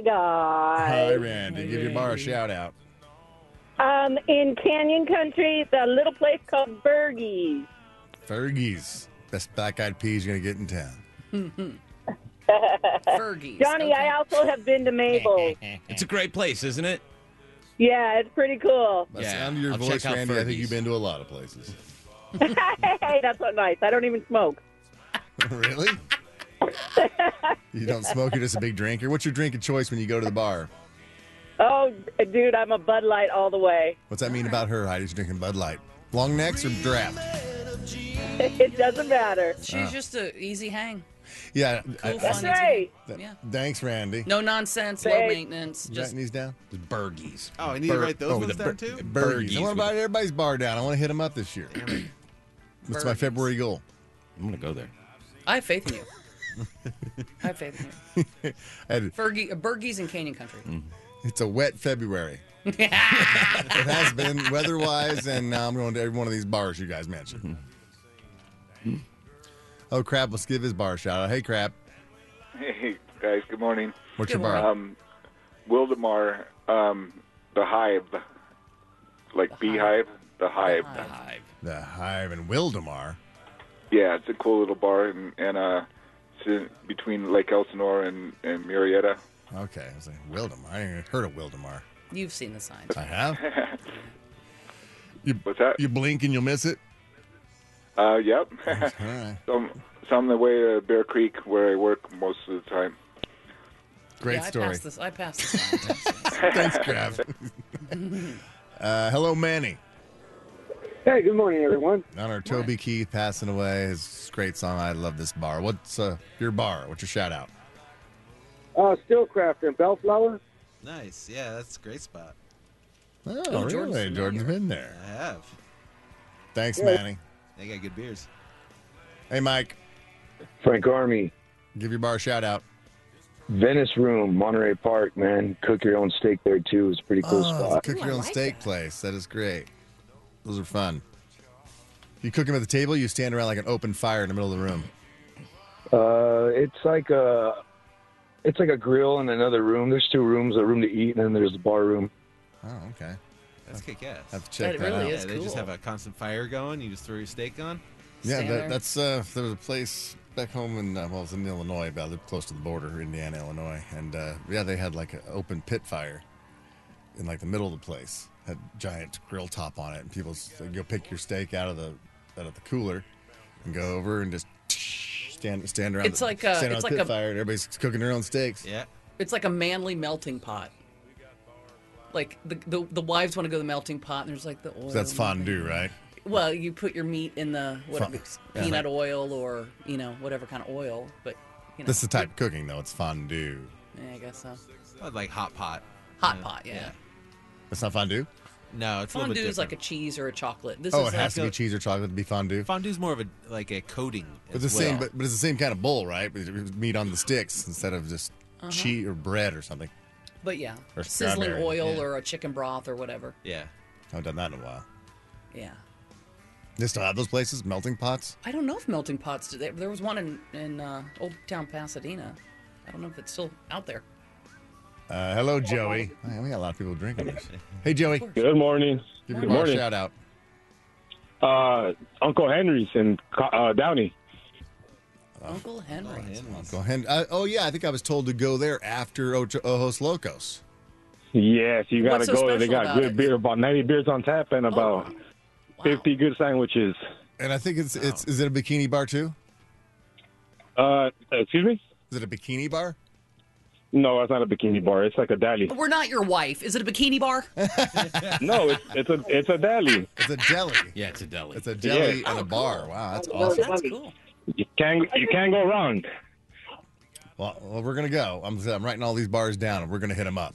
Speaker 9: Hi,
Speaker 15: guys.
Speaker 9: Randy. Give your bar a shout out.
Speaker 15: Um, in Canyon Country, the little place called Bergie's.
Speaker 9: Fergie's. Best black eyed peas you're going to get in town.
Speaker 11: Fergie's.
Speaker 15: Johnny, I also have been to Mabel's.
Speaker 12: It's a great place, isn't it?
Speaker 15: yeah, it's pretty cool.
Speaker 9: By the sound of your
Speaker 12: I'll
Speaker 9: voice,
Speaker 12: check out
Speaker 9: Randy, I think
Speaker 12: Fergie's.
Speaker 9: you've been to a lot of places.
Speaker 15: hey, that's not nice. I don't even smoke.
Speaker 9: really? you don't smoke, you're just a big drinker. What's your drink of choice when you go to the bar?
Speaker 15: Oh, dude, I'm a Bud Light all the way.
Speaker 9: What's that mean about her, Heidi's drinking Bud Light? Long necks or draft?
Speaker 15: it doesn't matter.
Speaker 11: She's
Speaker 9: Oh.
Speaker 11: just an easy hang.
Speaker 9: Yeah. I- I-
Speaker 11: Cool, fun. easy hang.
Speaker 9: Th-
Speaker 11: Yeah.
Speaker 9: Thanks, Randy.
Speaker 11: No nonsense, low
Speaker 9: Thanks.
Speaker 11: maintenance.
Speaker 9: You
Speaker 11: Just
Speaker 9: writing these down?
Speaker 12: Burgies.
Speaker 7: Oh, I need to write those ones down too?
Speaker 9: Burgies. I want to buy everybody's bar down. I want to hit them up this year. That's my
Speaker 11: Burgies.
Speaker 9: February goal.
Speaker 12: I'm going to go there.
Speaker 11: I have faith in you. I have faith in you. Fergie, uh, Bergie's in Canyon Country.
Speaker 9: Mm. it's a wet February. It has been weather wise, and now I'm going to every one of these bars you guys mentioned.
Speaker 16: Mm-hmm.
Speaker 9: Oh, Crab, let's give his bar a shout out. Hey, Crab.
Speaker 16: Hey guys, good morning.
Speaker 9: What's your Good bar? morning.
Speaker 16: Um, Wildemar, um, the Hive, like beehive, the Hive. The Hive.
Speaker 9: The Hive and Wildemar.
Speaker 16: Yeah, it's a cool little bar, and, and uh, it's in between Lake Elsinore and, and Murrieta.
Speaker 9: Okay, I was like, Wildemar. I ain't even heard of Wildemar.
Speaker 11: You've seen the signs.
Speaker 9: I have. You, What's that? You blink and you'll miss it.
Speaker 16: Uh, yep.
Speaker 9: All right.
Speaker 16: so, It's on the way to Bear Creek where I work most of the time.
Speaker 9: Great
Speaker 11: yeah, I
Speaker 9: story.
Speaker 11: passed this. I passed this. on.
Speaker 9: Thanks, Grav. uh, hello, Manny.
Speaker 17: Hey, good morning, everyone.
Speaker 9: On our Toby Keith passing away. His great song. I love this bar. What's uh, your bar? What's your shout out?
Speaker 17: Uh, Steelcraft and Bellflower.
Speaker 7: Nice. Yeah, that's a great spot.
Speaker 9: Oh,
Speaker 7: Oh,
Speaker 9: really?
Speaker 7: Jordan's been
Speaker 9: Jordan's been there.
Speaker 7: I have.
Speaker 9: Thanks,
Speaker 7: Yeah.
Speaker 9: Manny.
Speaker 7: They got good beers.
Speaker 9: Hey, Mike.
Speaker 17: Frank Army.
Speaker 9: Give your bar a shout out.
Speaker 17: Venice Room, Monterey Park, man. Cook your own steak there too. It's a pretty cool
Speaker 9: Oh,
Speaker 17: spot.
Speaker 9: Cook your own steak place. That is great. Those are fun. You cook them at the table. You stand around like an open fire in the middle of the room.
Speaker 17: Uh, it's like a, it's like a grill in another room. There's two rooms: a room to eat, and then there's the bar room.
Speaker 9: Oh, okay.
Speaker 7: That's kick ass.
Speaker 9: Have to check That that really out. is
Speaker 7: They just
Speaker 9: cool.
Speaker 7: have a constant fire going. You just throw your steak on.
Speaker 9: yeah, that, that's uh, there was a place back home in uh, well, it was in Illinois, about close to the border, Indiana, Illinois, and uh, yeah, they had like an open pit fire in like the middle of the place, had giant grill top on it, and people s- they'd go pick your steak out of the out of the cooler and go over and just stand stand around.
Speaker 11: It's
Speaker 9: the,
Speaker 11: like a-
Speaker 9: stand around
Speaker 11: it's
Speaker 9: the
Speaker 11: like
Speaker 9: pit
Speaker 11: a-
Speaker 9: fire, and everybody's cooking their own steaks.
Speaker 7: Yeah.
Speaker 11: It's like a manly melting pot. Like the the, the wives want to go to the melting pot, and there's like the oil.
Speaker 9: So that's fondue, right?
Speaker 11: Well, you put your meat in the what
Speaker 9: Fun-
Speaker 11: it's
Speaker 9: yeah.
Speaker 11: peanut oil or you know whatever kind of oil, but you know.
Speaker 9: This is the type of cooking though. It's fondue.
Speaker 11: Yeah, I guess so.
Speaker 7: Like hot pot.
Speaker 11: Hot pot, yeah.
Speaker 9: That's not fondue.
Speaker 7: No, it's a
Speaker 11: Fondue
Speaker 7: little bit
Speaker 11: is like a cheese or a chocolate. This
Speaker 9: oh,
Speaker 11: is
Speaker 9: it has
Speaker 11: like
Speaker 9: to be cheese or chocolate to be fondue.
Speaker 7: Fondue's more of a like a coating.
Speaker 9: But the
Speaker 7: as
Speaker 9: same,
Speaker 7: well.
Speaker 9: but, but it's the same kind of bowl, right? But it's meat on the sticks instead of just
Speaker 11: Uh-huh.
Speaker 9: cheese or bread or something.
Speaker 11: But yeah,
Speaker 9: Or
Speaker 11: sizzling
Speaker 9: strawberry,
Speaker 11: oil
Speaker 9: yeah.
Speaker 11: or a chicken broth or whatever.
Speaker 7: Yeah,
Speaker 9: I haven't done that in a while.
Speaker 11: Yeah.
Speaker 9: They still have those places, melting pots.
Speaker 11: I don't know if melting pots. do- There there was one in in uh, Old Town Pasadena. I don't know if it's still out there.
Speaker 9: Uh, hello, Joey. Man, we got a lot of people drinking this. Hey, Joey.
Speaker 18: Good morning.
Speaker 9: Give
Speaker 18: Good
Speaker 9: your bar a
Speaker 18: morning.
Speaker 9: shout out.
Speaker 18: Uh, Uncle Henry's in Co- uh, Downey.
Speaker 11: Uncle Henry.
Speaker 9: Uncle Hen- uh, oh yeah, I think I was told to go there after Ocho- Ojos Locos.
Speaker 18: Yes, you got to
Speaker 9: What's so
Speaker 18: go there. They got
Speaker 9: special about
Speaker 18: good
Speaker 9: it? Oh,
Speaker 18: beer, about 90 beers on tap, and about 50 good sandwiches.
Speaker 9: And I think it's it's is it a bikini bar too?
Speaker 18: Uh, excuse me?
Speaker 9: Is it a bikini bar?
Speaker 18: No, it's not a bikini bar. It's like a deli.
Speaker 11: We're not your wife. Is it a bikini bar?
Speaker 9: Ah,
Speaker 18: no, it's, it's a it's a deli.
Speaker 9: It's a deli.
Speaker 12: Yeah, it's a deli.
Speaker 9: It's a deli
Speaker 18: Yeah.
Speaker 9: and a bar. Wow, that's
Speaker 18: Oh,
Speaker 9: awesome.
Speaker 18: that's
Speaker 11: cool.
Speaker 18: You can't you can't go wrong.
Speaker 9: Well, well, we're gonna go. I'm, I'm writing all these bars down, and we're gonna hit them up.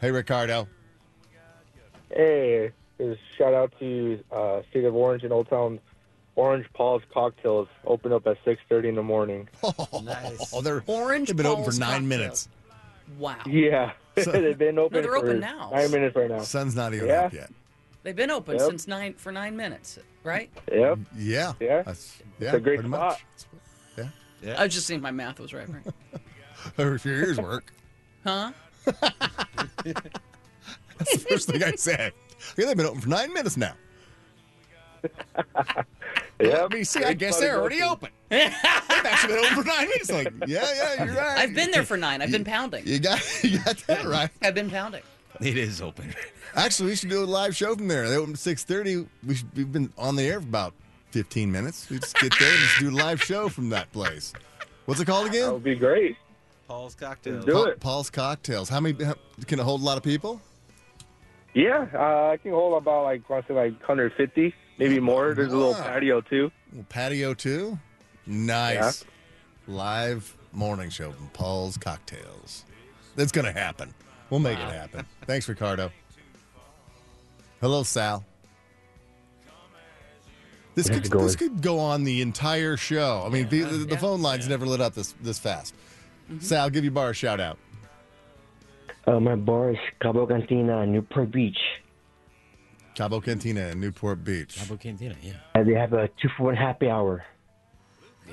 Speaker 9: Hey, Ricardo.
Speaker 19: Hey, is shout out to uh, State of Orange and Old Town Orange Paul's Cocktails. Open up at six thirty in the morning.
Speaker 9: Oh, they're
Speaker 11: orange.
Speaker 9: They've been open
Speaker 19: Paul's
Speaker 9: for nine
Speaker 19: cocktail.
Speaker 9: minutes.
Speaker 11: Wow.
Speaker 19: Yeah, they've been open.
Speaker 11: they're open
Speaker 19: for
Speaker 11: now.
Speaker 19: Nine minutes right now.
Speaker 9: Sun's not even
Speaker 19: Yeah.
Speaker 9: up yet.
Speaker 11: They've been open
Speaker 19: Yep.
Speaker 11: since nine for nine minutes, right?
Speaker 19: Yep.
Speaker 9: Yeah.
Speaker 19: Yeah.
Speaker 9: That's,
Speaker 19: It's
Speaker 9: yeah.
Speaker 19: a great
Speaker 9: pretty
Speaker 19: spot.
Speaker 9: much.
Speaker 11: I was just seeing if my math was right, right?
Speaker 9: Yeah. if your ears work,
Speaker 11: Huh?
Speaker 9: that's the first thing I say. Yeah, they've been open for nine minutes now. yeah. I mean, see, I
Speaker 11: Great
Speaker 9: guess
Speaker 11: spot to
Speaker 9: they're
Speaker 11: go
Speaker 9: already
Speaker 11: to.
Speaker 9: open. They've actually been open for nine minutes. Like, yeah, yeah, you're right.
Speaker 11: I've been there for nine. I've been pounding.
Speaker 9: You got, you got that right.
Speaker 11: I've been pounding.
Speaker 12: It is open.
Speaker 9: Actually, we should do a live show from there. They open at six thirty. We should, we've been on the air for about fifteen minutes. We just get there and just do a live show from that place. What's it called again? That would
Speaker 19: be great.
Speaker 7: Paul's cocktails.
Speaker 9: Pa- Paul's Cocktails. How many how, can it hold a lot of people?
Speaker 19: Yeah, uh, I can hold about like I say like hundred fifty, maybe more. There's a
Speaker 11: Ah.
Speaker 19: little
Speaker 9: Wow.
Speaker 19: patio too.
Speaker 9: Well, patio too. Nice. Live morning show from Paul's Cocktails. That's gonna happen. We'll make
Speaker 11: Wow.
Speaker 9: it happen. Thanks, Ricardo. Hello, Sal. This
Speaker 20: How's
Speaker 9: could
Speaker 20: it going?
Speaker 9: this could go on the entire show. I mean, the, the, the phone lines never lit up this this fast. Sal, give your bar a shout out.
Speaker 20: Uh, my bar is Cabo Cantina, in Newport Beach.
Speaker 9: Cabo Cantina in Newport Beach. Cabo
Speaker 12: Cantina, yeah.
Speaker 20: And they have a two for one happy hour.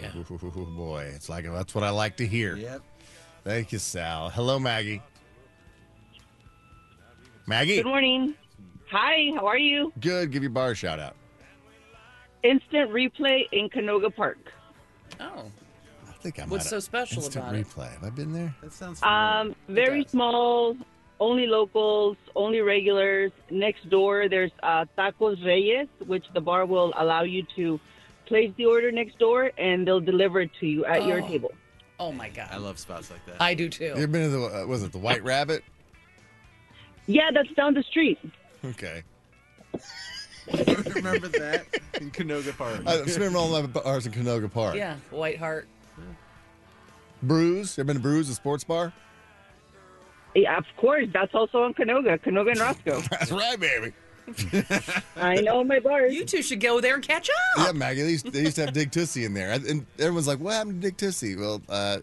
Speaker 9: Yeah. boy, it's like that's what I like to hear. Yep. Thank you, Sal. Hello, Maggie. Maggie.
Speaker 21: Good morning. Hi, how are you?
Speaker 9: Good. Give your bar a shout out.
Speaker 21: Instant replay in Canoga Park.
Speaker 11: Oh.
Speaker 9: I think I might
Speaker 21: What's
Speaker 9: have-
Speaker 21: so special
Speaker 9: instant
Speaker 21: about it?
Speaker 9: replay. Have I been there? That sounds
Speaker 21: Um, very small, only locals, only regulars. Next door, there's uh, Tacos Reyes, which the bar will allow you to place the order next door, and they'll deliver it to you at your
Speaker 11: Oh.
Speaker 21: table.
Speaker 11: Oh my god. I
Speaker 7: love spots like that.
Speaker 11: I do too.
Speaker 9: You've been to the uh, was it the White Rabbit?
Speaker 21: Yeah, that's down the street.
Speaker 9: Okay.
Speaker 7: Remember that in Canoga Park.
Speaker 9: I spent all my bars in Canoga Park.
Speaker 11: Yeah, White Hart.
Speaker 9: Brews. You ever been to Brews, a sports bar?
Speaker 21: Yeah, of course. That's also on Canoga, Canoga and Roscoe.
Speaker 9: That's right, baby.
Speaker 21: I know my bars.
Speaker 11: You two should go there and catch up.
Speaker 9: Yeah, Maggie. They used, they used to have Dig Tussie in there, and everyone's like, "What happened to Dig Tussie?" Well, uh,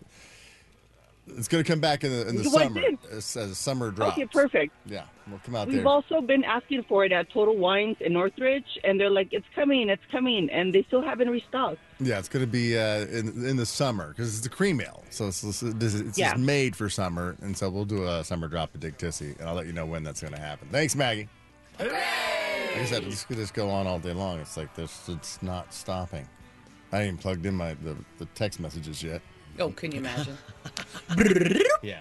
Speaker 9: it's going to come back in the, in the
Speaker 21: What
Speaker 9: summer
Speaker 21: did?
Speaker 9: as, as a summer drop.
Speaker 21: Okay, perfect.
Speaker 9: Yeah, we'll come out
Speaker 21: We've
Speaker 9: there.
Speaker 21: also been asking for it at Total Wines in Northridge, and they're like, "It's coming, it's coming," and they still haven't restocked.
Speaker 9: yeah, it's going to be uh, in in the summer because it's a cream ale, so it's it's, it's just
Speaker 21: Yeah.
Speaker 9: made for summer, and so we'll do a summer drop of Dig Tussie, and I'll let you know when that's going to happen. Thanks, Maggie. Like I said, this could just go on all day long. It's like this; it's not stopping. I ain't plugged in my the, the text messages yet.
Speaker 11: Oh, can you imagine?
Speaker 7: yeah.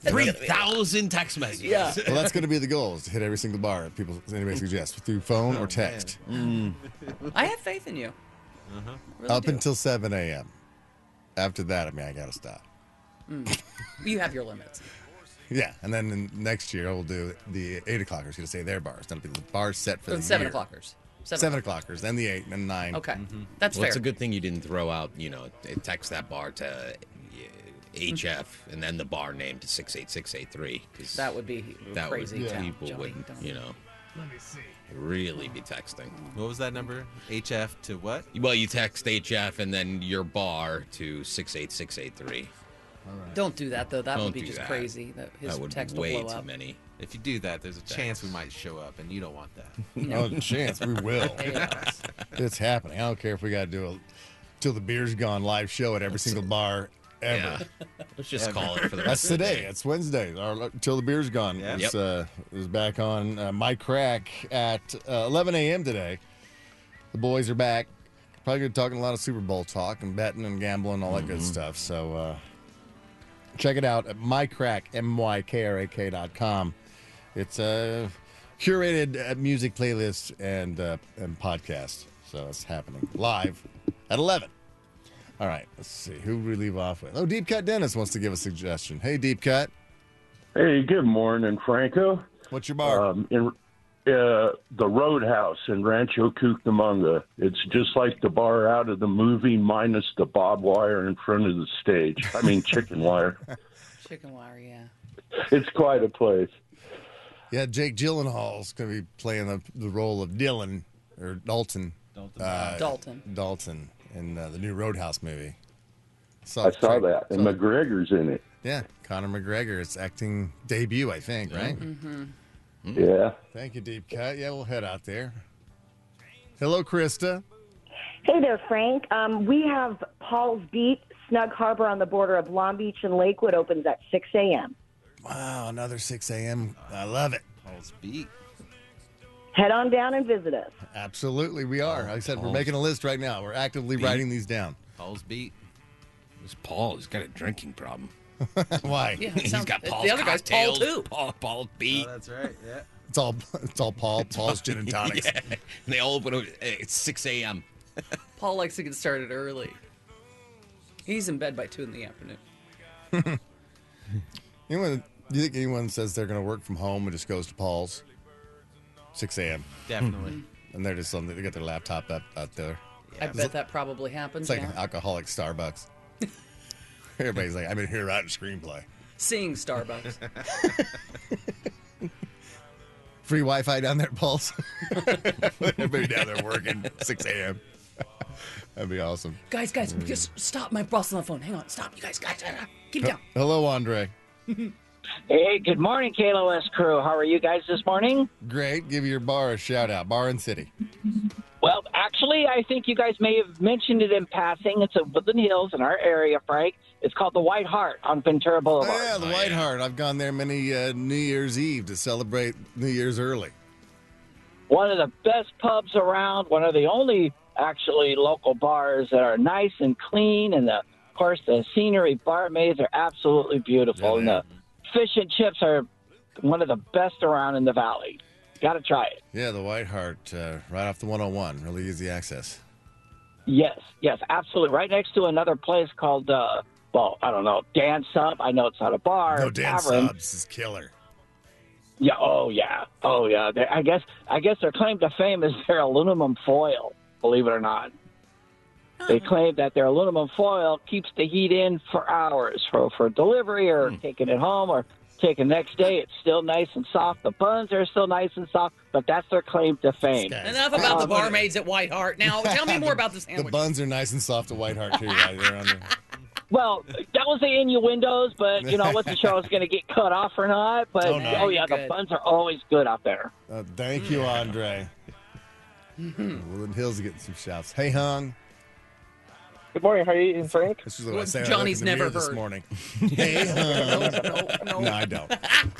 Speaker 11: Three
Speaker 7: thousand text messages.
Speaker 11: Yeah.
Speaker 9: well, that's going to be the goal: is to hit every single bar people anybody suggests through phone or text.
Speaker 11: I have faith in you.
Speaker 7: Uh-huh.
Speaker 12: Mm-hmm.
Speaker 11: Really
Speaker 9: Up
Speaker 11: do.
Speaker 9: until seven a.m. After that, I mean, I got to stop.
Speaker 11: Mm. You have your limits.
Speaker 9: Yeah, and then in- next year we'll do the eight o'clockers. Going to say their bars. That'll be the bar set for
Speaker 11: Oh,
Speaker 9: the
Speaker 11: seven
Speaker 9: year.
Speaker 11: o'clockers. Seven
Speaker 9: Seven, o'clockers, then the eight, and then nine.
Speaker 11: Okay. That's
Speaker 12: Mm-hmm. well,
Speaker 11: fair.
Speaker 12: It's a good thing you didn't throw out, you know, t- text that bar to uh, HF and then the bar name to 68683. Cause
Speaker 11: That would be
Speaker 12: that would-
Speaker 11: crazy town,
Speaker 12: people
Speaker 11: Johnny.
Speaker 12: would,
Speaker 11: Don't-
Speaker 12: you know,
Speaker 3: Let me see.
Speaker 12: really be texting.
Speaker 7: What was that number? HF to what?
Speaker 12: Well, you text HF and then your bar to 68683.
Speaker 11: Don't do that though. That
Speaker 12: Don't
Speaker 11: would be
Speaker 12: do
Speaker 11: just
Speaker 12: that.
Speaker 11: crazy. That his
Speaker 12: That would be
Speaker 11: text
Speaker 12: way
Speaker 11: will blow
Speaker 12: too
Speaker 11: up.
Speaker 12: many.
Speaker 7: If you do that, there's a chance we might show up, and you don't want that.
Speaker 9: No Oh, chance. We will. it's happening. I don't care if we got to do a till the beer's gone live show at every single bar ever.
Speaker 12: Let's just call it for the
Speaker 9: That's
Speaker 12: rest of the
Speaker 9: today.
Speaker 12: day.
Speaker 9: It's Wednesday. Our, uh, till the beer's gone
Speaker 12: Yeah.
Speaker 9: is,
Speaker 12: Yep.
Speaker 9: uh, is back on uh, my crack at uh, 11 a.m. today. The boys are back. Probably going to be talking a lot of Super Bowl talk and betting and gambling and all that good
Speaker 12: Mm-hmm.
Speaker 9: stuff. So uh, check it out at mycrack, M-Y-K-R-A-K dot com. It's a curated uh, music playlist and, uh, and podcast. So it's happening live at 11. All right, let's see who we leave off with. Oh, Deep Cut Dennis wants to give a suggestion. Hey, Deep Cut.
Speaker 1: Hey, good morning, Franco.
Speaker 9: What's your bar?
Speaker 1: Um, in uh, the Roadhouse in Rancho Cucamonga. It's just like the bar out of the movie, minus the barbed wire in front of the stage. I mean, chicken wire.
Speaker 11: Chicken wire, yeah.
Speaker 1: It's quite a place.
Speaker 9: Yeah, Jake Gyllenhaal's going to be playing the, the role of Dylan or Dalton. Dalton.
Speaker 11: Dalton.
Speaker 9: Dalton in uh, the new Roadhouse movie.
Speaker 1: I saw
Speaker 9: Jake-
Speaker 1: that, and McGregor's in it.
Speaker 9: Yeah, Conor McGregor. It's acting debut, I think, right?
Speaker 11: Mm-hmm.
Speaker 1: Yeah.
Speaker 9: Thank you, Deep Cut. Yeah, we'll head out there. Hello, Krista.
Speaker 15: Hey there, Frank. Um, we have Paul's Beat Snug Harbor on the border of Long Beach and Lakewood opens at 6 a.m.
Speaker 9: Wow, another 6 a.m. I love it.
Speaker 7: Paul's beat.
Speaker 15: Head on down and visit us.
Speaker 9: Absolutely, we are. Like I said, we're making a list right now. We're actively writing these down.
Speaker 7: Paul's beat.
Speaker 12: This Paul, he's got a drinking problem.
Speaker 9: Why?
Speaker 12: Yeah, he's got
Speaker 11: the
Speaker 12: Paul's
Speaker 11: other guy's Paul,
Speaker 12: cocktails,
Speaker 11: too.
Speaker 12: Paul, Paul beat.
Speaker 7: that's right. Yeah.
Speaker 9: It's all it's all Paul. Paul's gin and tonics.
Speaker 12: yeah. And they all open up at 6 a.m.
Speaker 11: Paul likes to get started early. He's in bed by two in the afternoon.
Speaker 9: Anyone? Do you think anyone says they're going to work from home and just goes to Paul's? 6 a.m. Hmm.
Speaker 7: Definitely.
Speaker 9: And they're just on. The, they got their laptop up out there.
Speaker 11: I bet that probably happens.
Speaker 9: It's like
Speaker 11: yeah.
Speaker 9: an alcoholic Starbucks. Everybody's like, I'm in here writing screenplay.
Speaker 11: Seeing Starbucks.
Speaker 9: Free Wi-Fi down there, at Paul's. Everybody down there working 6 a.m. That'd be awesome.
Speaker 11: guys, guys,
Speaker 9: Mm.
Speaker 11: just stop. My boss on the phone. Hang on. Stop, you guys. Guys, ah, keep it down.
Speaker 9: Hello, Andre.
Speaker 22: Hey, good morning, KLOS crew. How are you guys this morning?
Speaker 9: Great. Give your bar a shout out. Bar and City.
Speaker 22: Well, actually, I think you guys may have mentioned it in passing. It's in Woodland Hills in our area, Frank. It's called the White Heart on Ventura Boulevard.
Speaker 9: Oh, Yeah, the White Hart. I've gone there many uh, New Year's Eve to celebrate New Year's early.
Speaker 22: One of the best pubs around, one of the only actually local bars that are nice and clean. And the, of course, the scenery bar maids are absolutely beautiful. and the fish and chips are one of the best around in the valley. Got to try it.
Speaker 9: Yeah, the White Hart, uh, right off the 101. Really easy access.
Speaker 22: Yes, yes, absolutely. Right next to another place called, uh, well, I don't know, Dance Sub. I know it's not a bar.
Speaker 9: No
Speaker 22: a
Speaker 9: dance
Speaker 22: tavern.
Speaker 9: subs is killer.
Speaker 22: Yeah. Oh, yeah. Oh, yeah. They, I guess. I guess their claim to fame is their aluminum foil. Believe it or not, they claim that their aluminum foil keeps the heat in for hours for for delivery or taking it home or taking next day. It's still nice and soft. The buns are still nice and soft, but that's their claim to fame.
Speaker 11: Enough about the
Speaker 22: Um,
Speaker 11: barmaids at White Hart. Now, tell me more about the
Speaker 9: The
Speaker 11: sandwich.
Speaker 9: buns are nice and soft at White Hart too. Right there on the,
Speaker 22: Well, that was the innuendos, but you know, I wasn't sure I was going to get cut off or not. But
Speaker 9: Oh,
Speaker 22: oh,
Speaker 9: no.
Speaker 22: yeah, the
Speaker 9: Good.
Speaker 22: buns are always good out there.
Speaker 9: uh, thank you, Andre. Woodland Hills is getting some shouts. Hey, Hung.
Speaker 19: Good morning. How are you eating, Frank?
Speaker 9: This is what I say. when I look
Speaker 19: Johnny's
Speaker 9: in the
Speaker 19: never
Speaker 9: mirror this
Speaker 19: heard.
Speaker 9: morning. hey, Hung. no, I don't.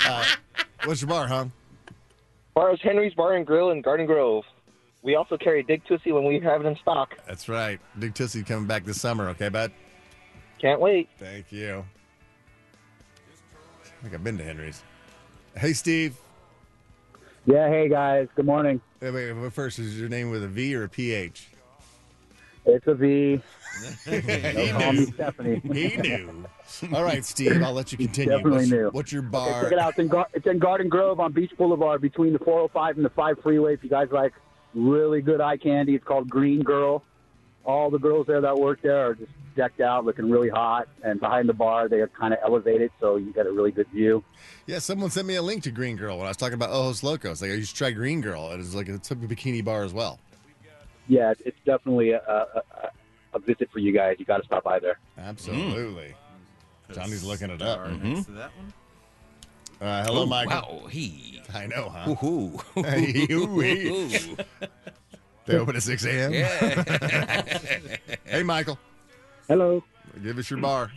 Speaker 9: Uh, what's your bar, Hung?
Speaker 19: Borrows Henry's Bar and Grill in Garden Grove. We also carry Dig Tussie when we have it in stock.
Speaker 9: That's right. Big Tussie coming back this summer. Okay, bud.
Speaker 19: Can't wait.
Speaker 9: Thank you. I think I've been to Henry's. Hey, Steve.
Speaker 4: Yeah, hey guys. Good morning.
Speaker 9: Hey, wait, wait, first, is your name with a V or a PH?
Speaker 4: It's a V.
Speaker 9: he knew.
Speaker 4: call me Stephanie.
Speaker 9: He knew. All right, Steve. I'll let you continue.
Speaker 4: Definitely
Speaker 9: what's,
Speaker 4: knew.
Speaker 9: What's your
Speaker 4: Okay,
Speaker 9: bar?
Speaker 4: check it out. It's in, Gar- it's in Garden Grove on Beach Boulevard between the 405 and the 5 freeway. If you guys like really good eye candy, it's called Green Girl. All the girls there that work there are just decked out, looking really hot. And behind the bar, they are kind of elevated, so you get a really good view.
Speaker 9: Yeah, someone sent me a link to Green Girl when I was talking about Ojos Locos. Like, I used to try Green Girl, and it's like it's a bikini bar as well.
Speaker 4: Yeah, it's- it's definitely a, a, a- a visit for you guys. You got to stop by there.
Speaker 9: Absolutely.
Speaker 7: Mm.
Speaker 9: Johnny's looking it up. Mm-hmm.
Speaker 7: Next to that one?
Speaker 9: Uh, hello,
Speaker 7: Oh,
Speaker 9: Michael.
Speaker 7: wow,
Speaker 9: he. I know, huh?
Speaker 7: Woohoo.
Speaker 9: Hey, ooh-wee.
Speaker 7: Ooh.
Speaker 9: they open at 6 a.m.?
Speaker 7: Yeah.
Speaker 9: hey, Michael.
Speaker 5: Hello.
Speaker 9: Give us your bar.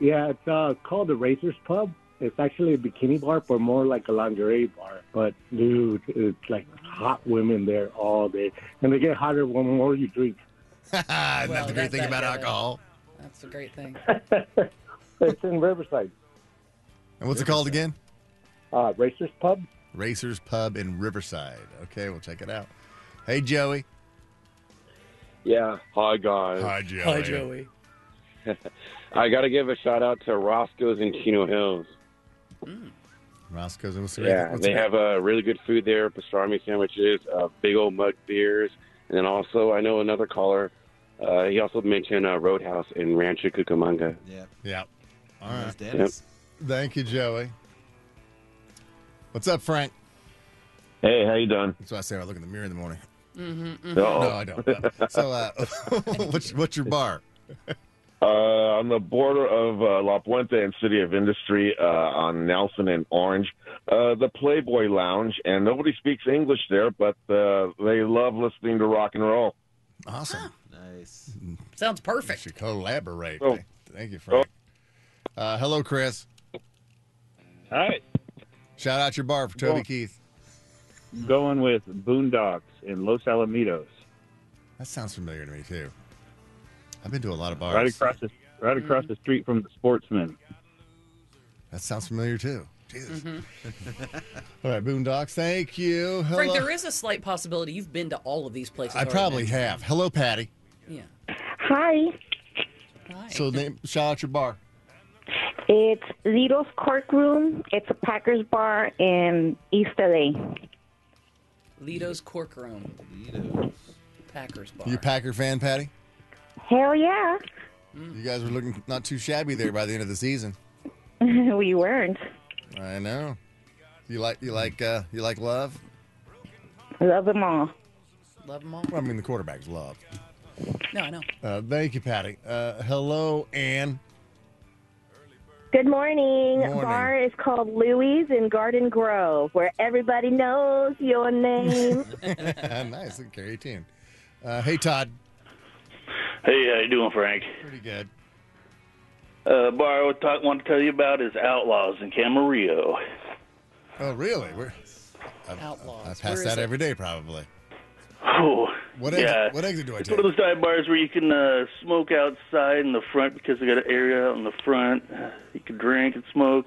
Speaker 5: Yeah, it's uh, called the Racers Pub. It's actually a bikini bar, but more like a lingerie bar. But dude, it's like hot women there all day, and they get hotter the more you drink.
Speaker 9: Isn't
Speaker 5: Well,
Speaker 9: that the great
Speaker 5: that-
Speaker 9: thing
Speaker 5: that-
Speaker 9: about
Speaker 5: yeah,
Speaker 9: alcohol?
Speaker 11: That's a great thing.
Speaker 5: It's in Riverside.
Speaker 9: And what's it called again?
Speaker 5: Uh, Racers Pub.
Speaker 9: Racers Pub in Riverside. Okay, we'll check it out. Hey, Joey.
Speaker 23: Yeah. Hi, guys.
Speaker 9: Hi, Joey. Hi, Joey.
Speaker 23: I got to give a shout out to Roscoe's in Chino Hills.
Speaker 9: Roscoe's. What's the
Speaker 23: Yeah,
Speaker 9: what's
Speaker 23: they
Speaker 9: the-
Speaker 23: have uh, really good food there pastrami sandwiches, uh, big old mug beers. And then also, I know another caller, uh, he also mentioned uh, Roadhouse in Rancho Cucamonga.
Speaker 7: Yeah.
Speaker 9: Yeah. All right.
Speaker 23: Yep.
Speaker 9: Thank you, Joey. What's up, Frank?
Speaker 23: Hey, how you doing?
Speaker 9: That's what I say when I look in the mirror in the morning.
Speaker 5: Mm-hmm,
Speaker 9: No, I don't. no. So, uh, what's, what's your bar?
Speaker 24: Uh, on the border of uh, La Puente and City of Industry uh, on Nelson and Orange, uh, the Playboy Lounge, and nobody speaks English there, but uh, they love listening to rock and roll.
Speaker 9: Awesome.
Speaker 7: Nice.
Speaker 11: Sounds perfect.
Speaker 9: should collaborate.
Speaker 24: Oh.
Speaker 9: Thank you, Frank. Uh, hello, Chris.
Speaker 25: All right.
Speaker 9: Shout out your bar for Toby
Speaker 25: Well-
Speaker 9: Keith.
Speaker 25: Going with Boondocks in Los Alamitos,
Speaker 9: That sounds familiar to me, too. I've been to a lot of bars.
Speaker 25: right across the right across the street from the Sportsman.
Speaker 9: That sounds familiar, too. All right, Boondocks, thank you. Hello.
Speaker 11: Frank, there is a slight possibility you've been to all of these places.
Speaker 9: I
Speaker 11: already.
Speaker 9: probably have. Hello, Patty.
Speaker 11: Yeah.
Speaker 15: Hi,
Speaker 9: So, name, shout out your bar.
Speaker 15: it's Lito's Corkroom. It's a Packers bar in East LA.
Speaker 11: Lito's Corkroom. Packers bar.
Speaker 9: You a Packer fan, Patty?
Speaker 15: Hell yeah,
Speaker 9: You guys were looking not too shabby there by the end of the season.
Speaker 15: we weren't.
Speaker 9: I know. You like you like uh, you like love.
Speaker 15: Love them all.
Speaker 11: Love them all.
Speaker 9: Well, I mean the quarterback's love.
Speaker 11: No, I know.
Speaker 9: Uh, thank you, Patty. Uh, hello, Ann.
Speaker 15: Good morning.
Speaker 9: Morning.
Speaker 15: Bar is called Louie's in Garden Grove, where everybody knows your name.
Speaker 9: nice, look, Carrie Tune. Uh, hey, Todd.
Speaker 26: Hey, how you doing, Frank?
Speaker 9: Pretty good.
Speaker 26: Uh, bar I would talk, want to tell you about is Outlaws in Camarillo.
Speaker 9: Oh, really? We're Outlaws. I, pass
Speaker 26: Where
Speaker 9: that
Speaker 26: is it?
Speaker 9: every day, probably.
Speaker 26: Oh,
Speaker 9: What exit,
Speaker 26: yeah.
Speaker 9: what exit do I
Speaker 26: It's
Speaker 9: take?
Speaker 26: one of those dive bars where you can uh, smoke outside in the front because they got an area out in the front. You can drink and smoke.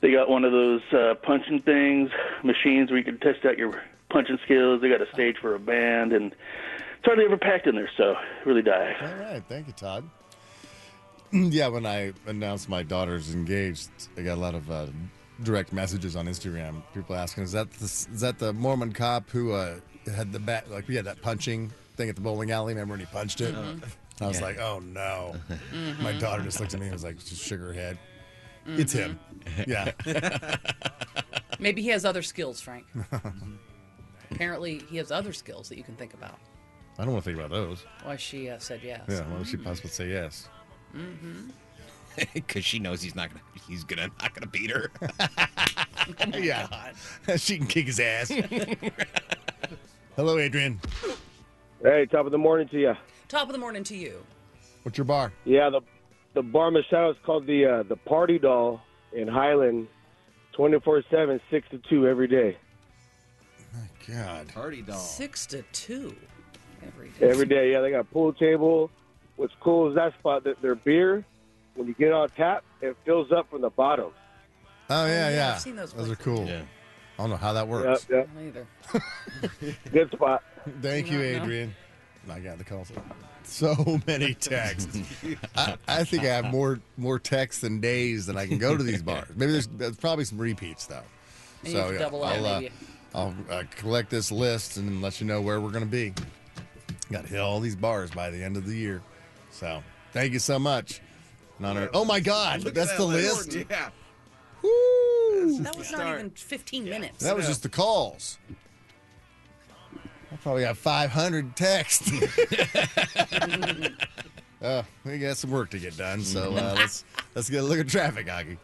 Speaker 26: They got one of those uh, punching things, machines where you can test out your punching skills. They got a stage for a band, and It's hardly ever packed in there, so really die.
Speaker 9: All right, thank you, Todd. Yeah, when I announced my daughter's engaged, I got a lot of uh, direct messages on Instagram. People asking, "Is that the, is that the Mormon cop who uh, had the bat? Like we had that punching thing at the bowling alley. Remember when he punched it?"
Speaker 2: Mhm.
Speaker 9: I was
Speaker 2: Yeah.
Speaker 9: like, "Oh no!"
Speaker 2: Mhm.
Speaker 9: My daughter just looked at me and was like, "Just shook her head." It's him. Yeah.
Speaker 11: Maybe he has other skills, Frank. Mm-hmm. Apparently, he has other skills that you can think about.
Speaker 9: I don't want to think about those.
Speaker 11: Why she uh, said yes.
Speaker 9: Yeah, why would she possibly say yes?
Speaker 11: Mm-hmm.
Speaker 12: Because she knows he's not gonna. He's gonna not gonna beat her.
Speaker 9: yeah. she can kick his ass. Hello, Adrian.
Speaker 6: Hey, top of the morning to you.
Speaker 11: Top of the morning to you.
Speaker 9: What's your bar?
Speaker 6: Yeah, the the bar Machado is called the uh, the Party Doll in Highland, 24/7, 6 to 2 every day.
Speaker 9: God.
Speaker 7: Party doll.
Speaker 11: Six to two every day.
Speaker 6: Every day, yeah, they got a pool table. What's cool is that spot that their beer, when you get on tap, it fills up from the bottom.
Speaker 9: Oh yeah, yeah.
Speaker 6: I've seen those
Speaker 9: are cool. I don't know how that works.
Speaker 6: Yep, yep. Good spot.
Speaker 9: Thank you, Adrian. I got the call. So many texts. I, I think I have more more texts than days than I can go to these bars. Maybe there's, there's probably some repeats though.
Speaker 2: You need to double up,
Speaker 9: I'll, uh,
Speaker 2: maybe.
Speaker 9: I'll uh, collect this list and then let you know where we're gonna be. Got to hit all these bars by the end of the year. So thank you so much. In honor- oh my God,
Speaker 2: Look at
Speaker 9: that's
Speaker 2: that
Speaker 9: the
Speaker 2: list.
Speaker 9: list.
Speaker 7: Yeah.
Speaker 11: That was not even 15 minutes.
Speaker 9: That was just the calls. I probably got 500 texts. Oh, uh, we got some work to get done, so uh, let's let's get a look at traffic, Augie.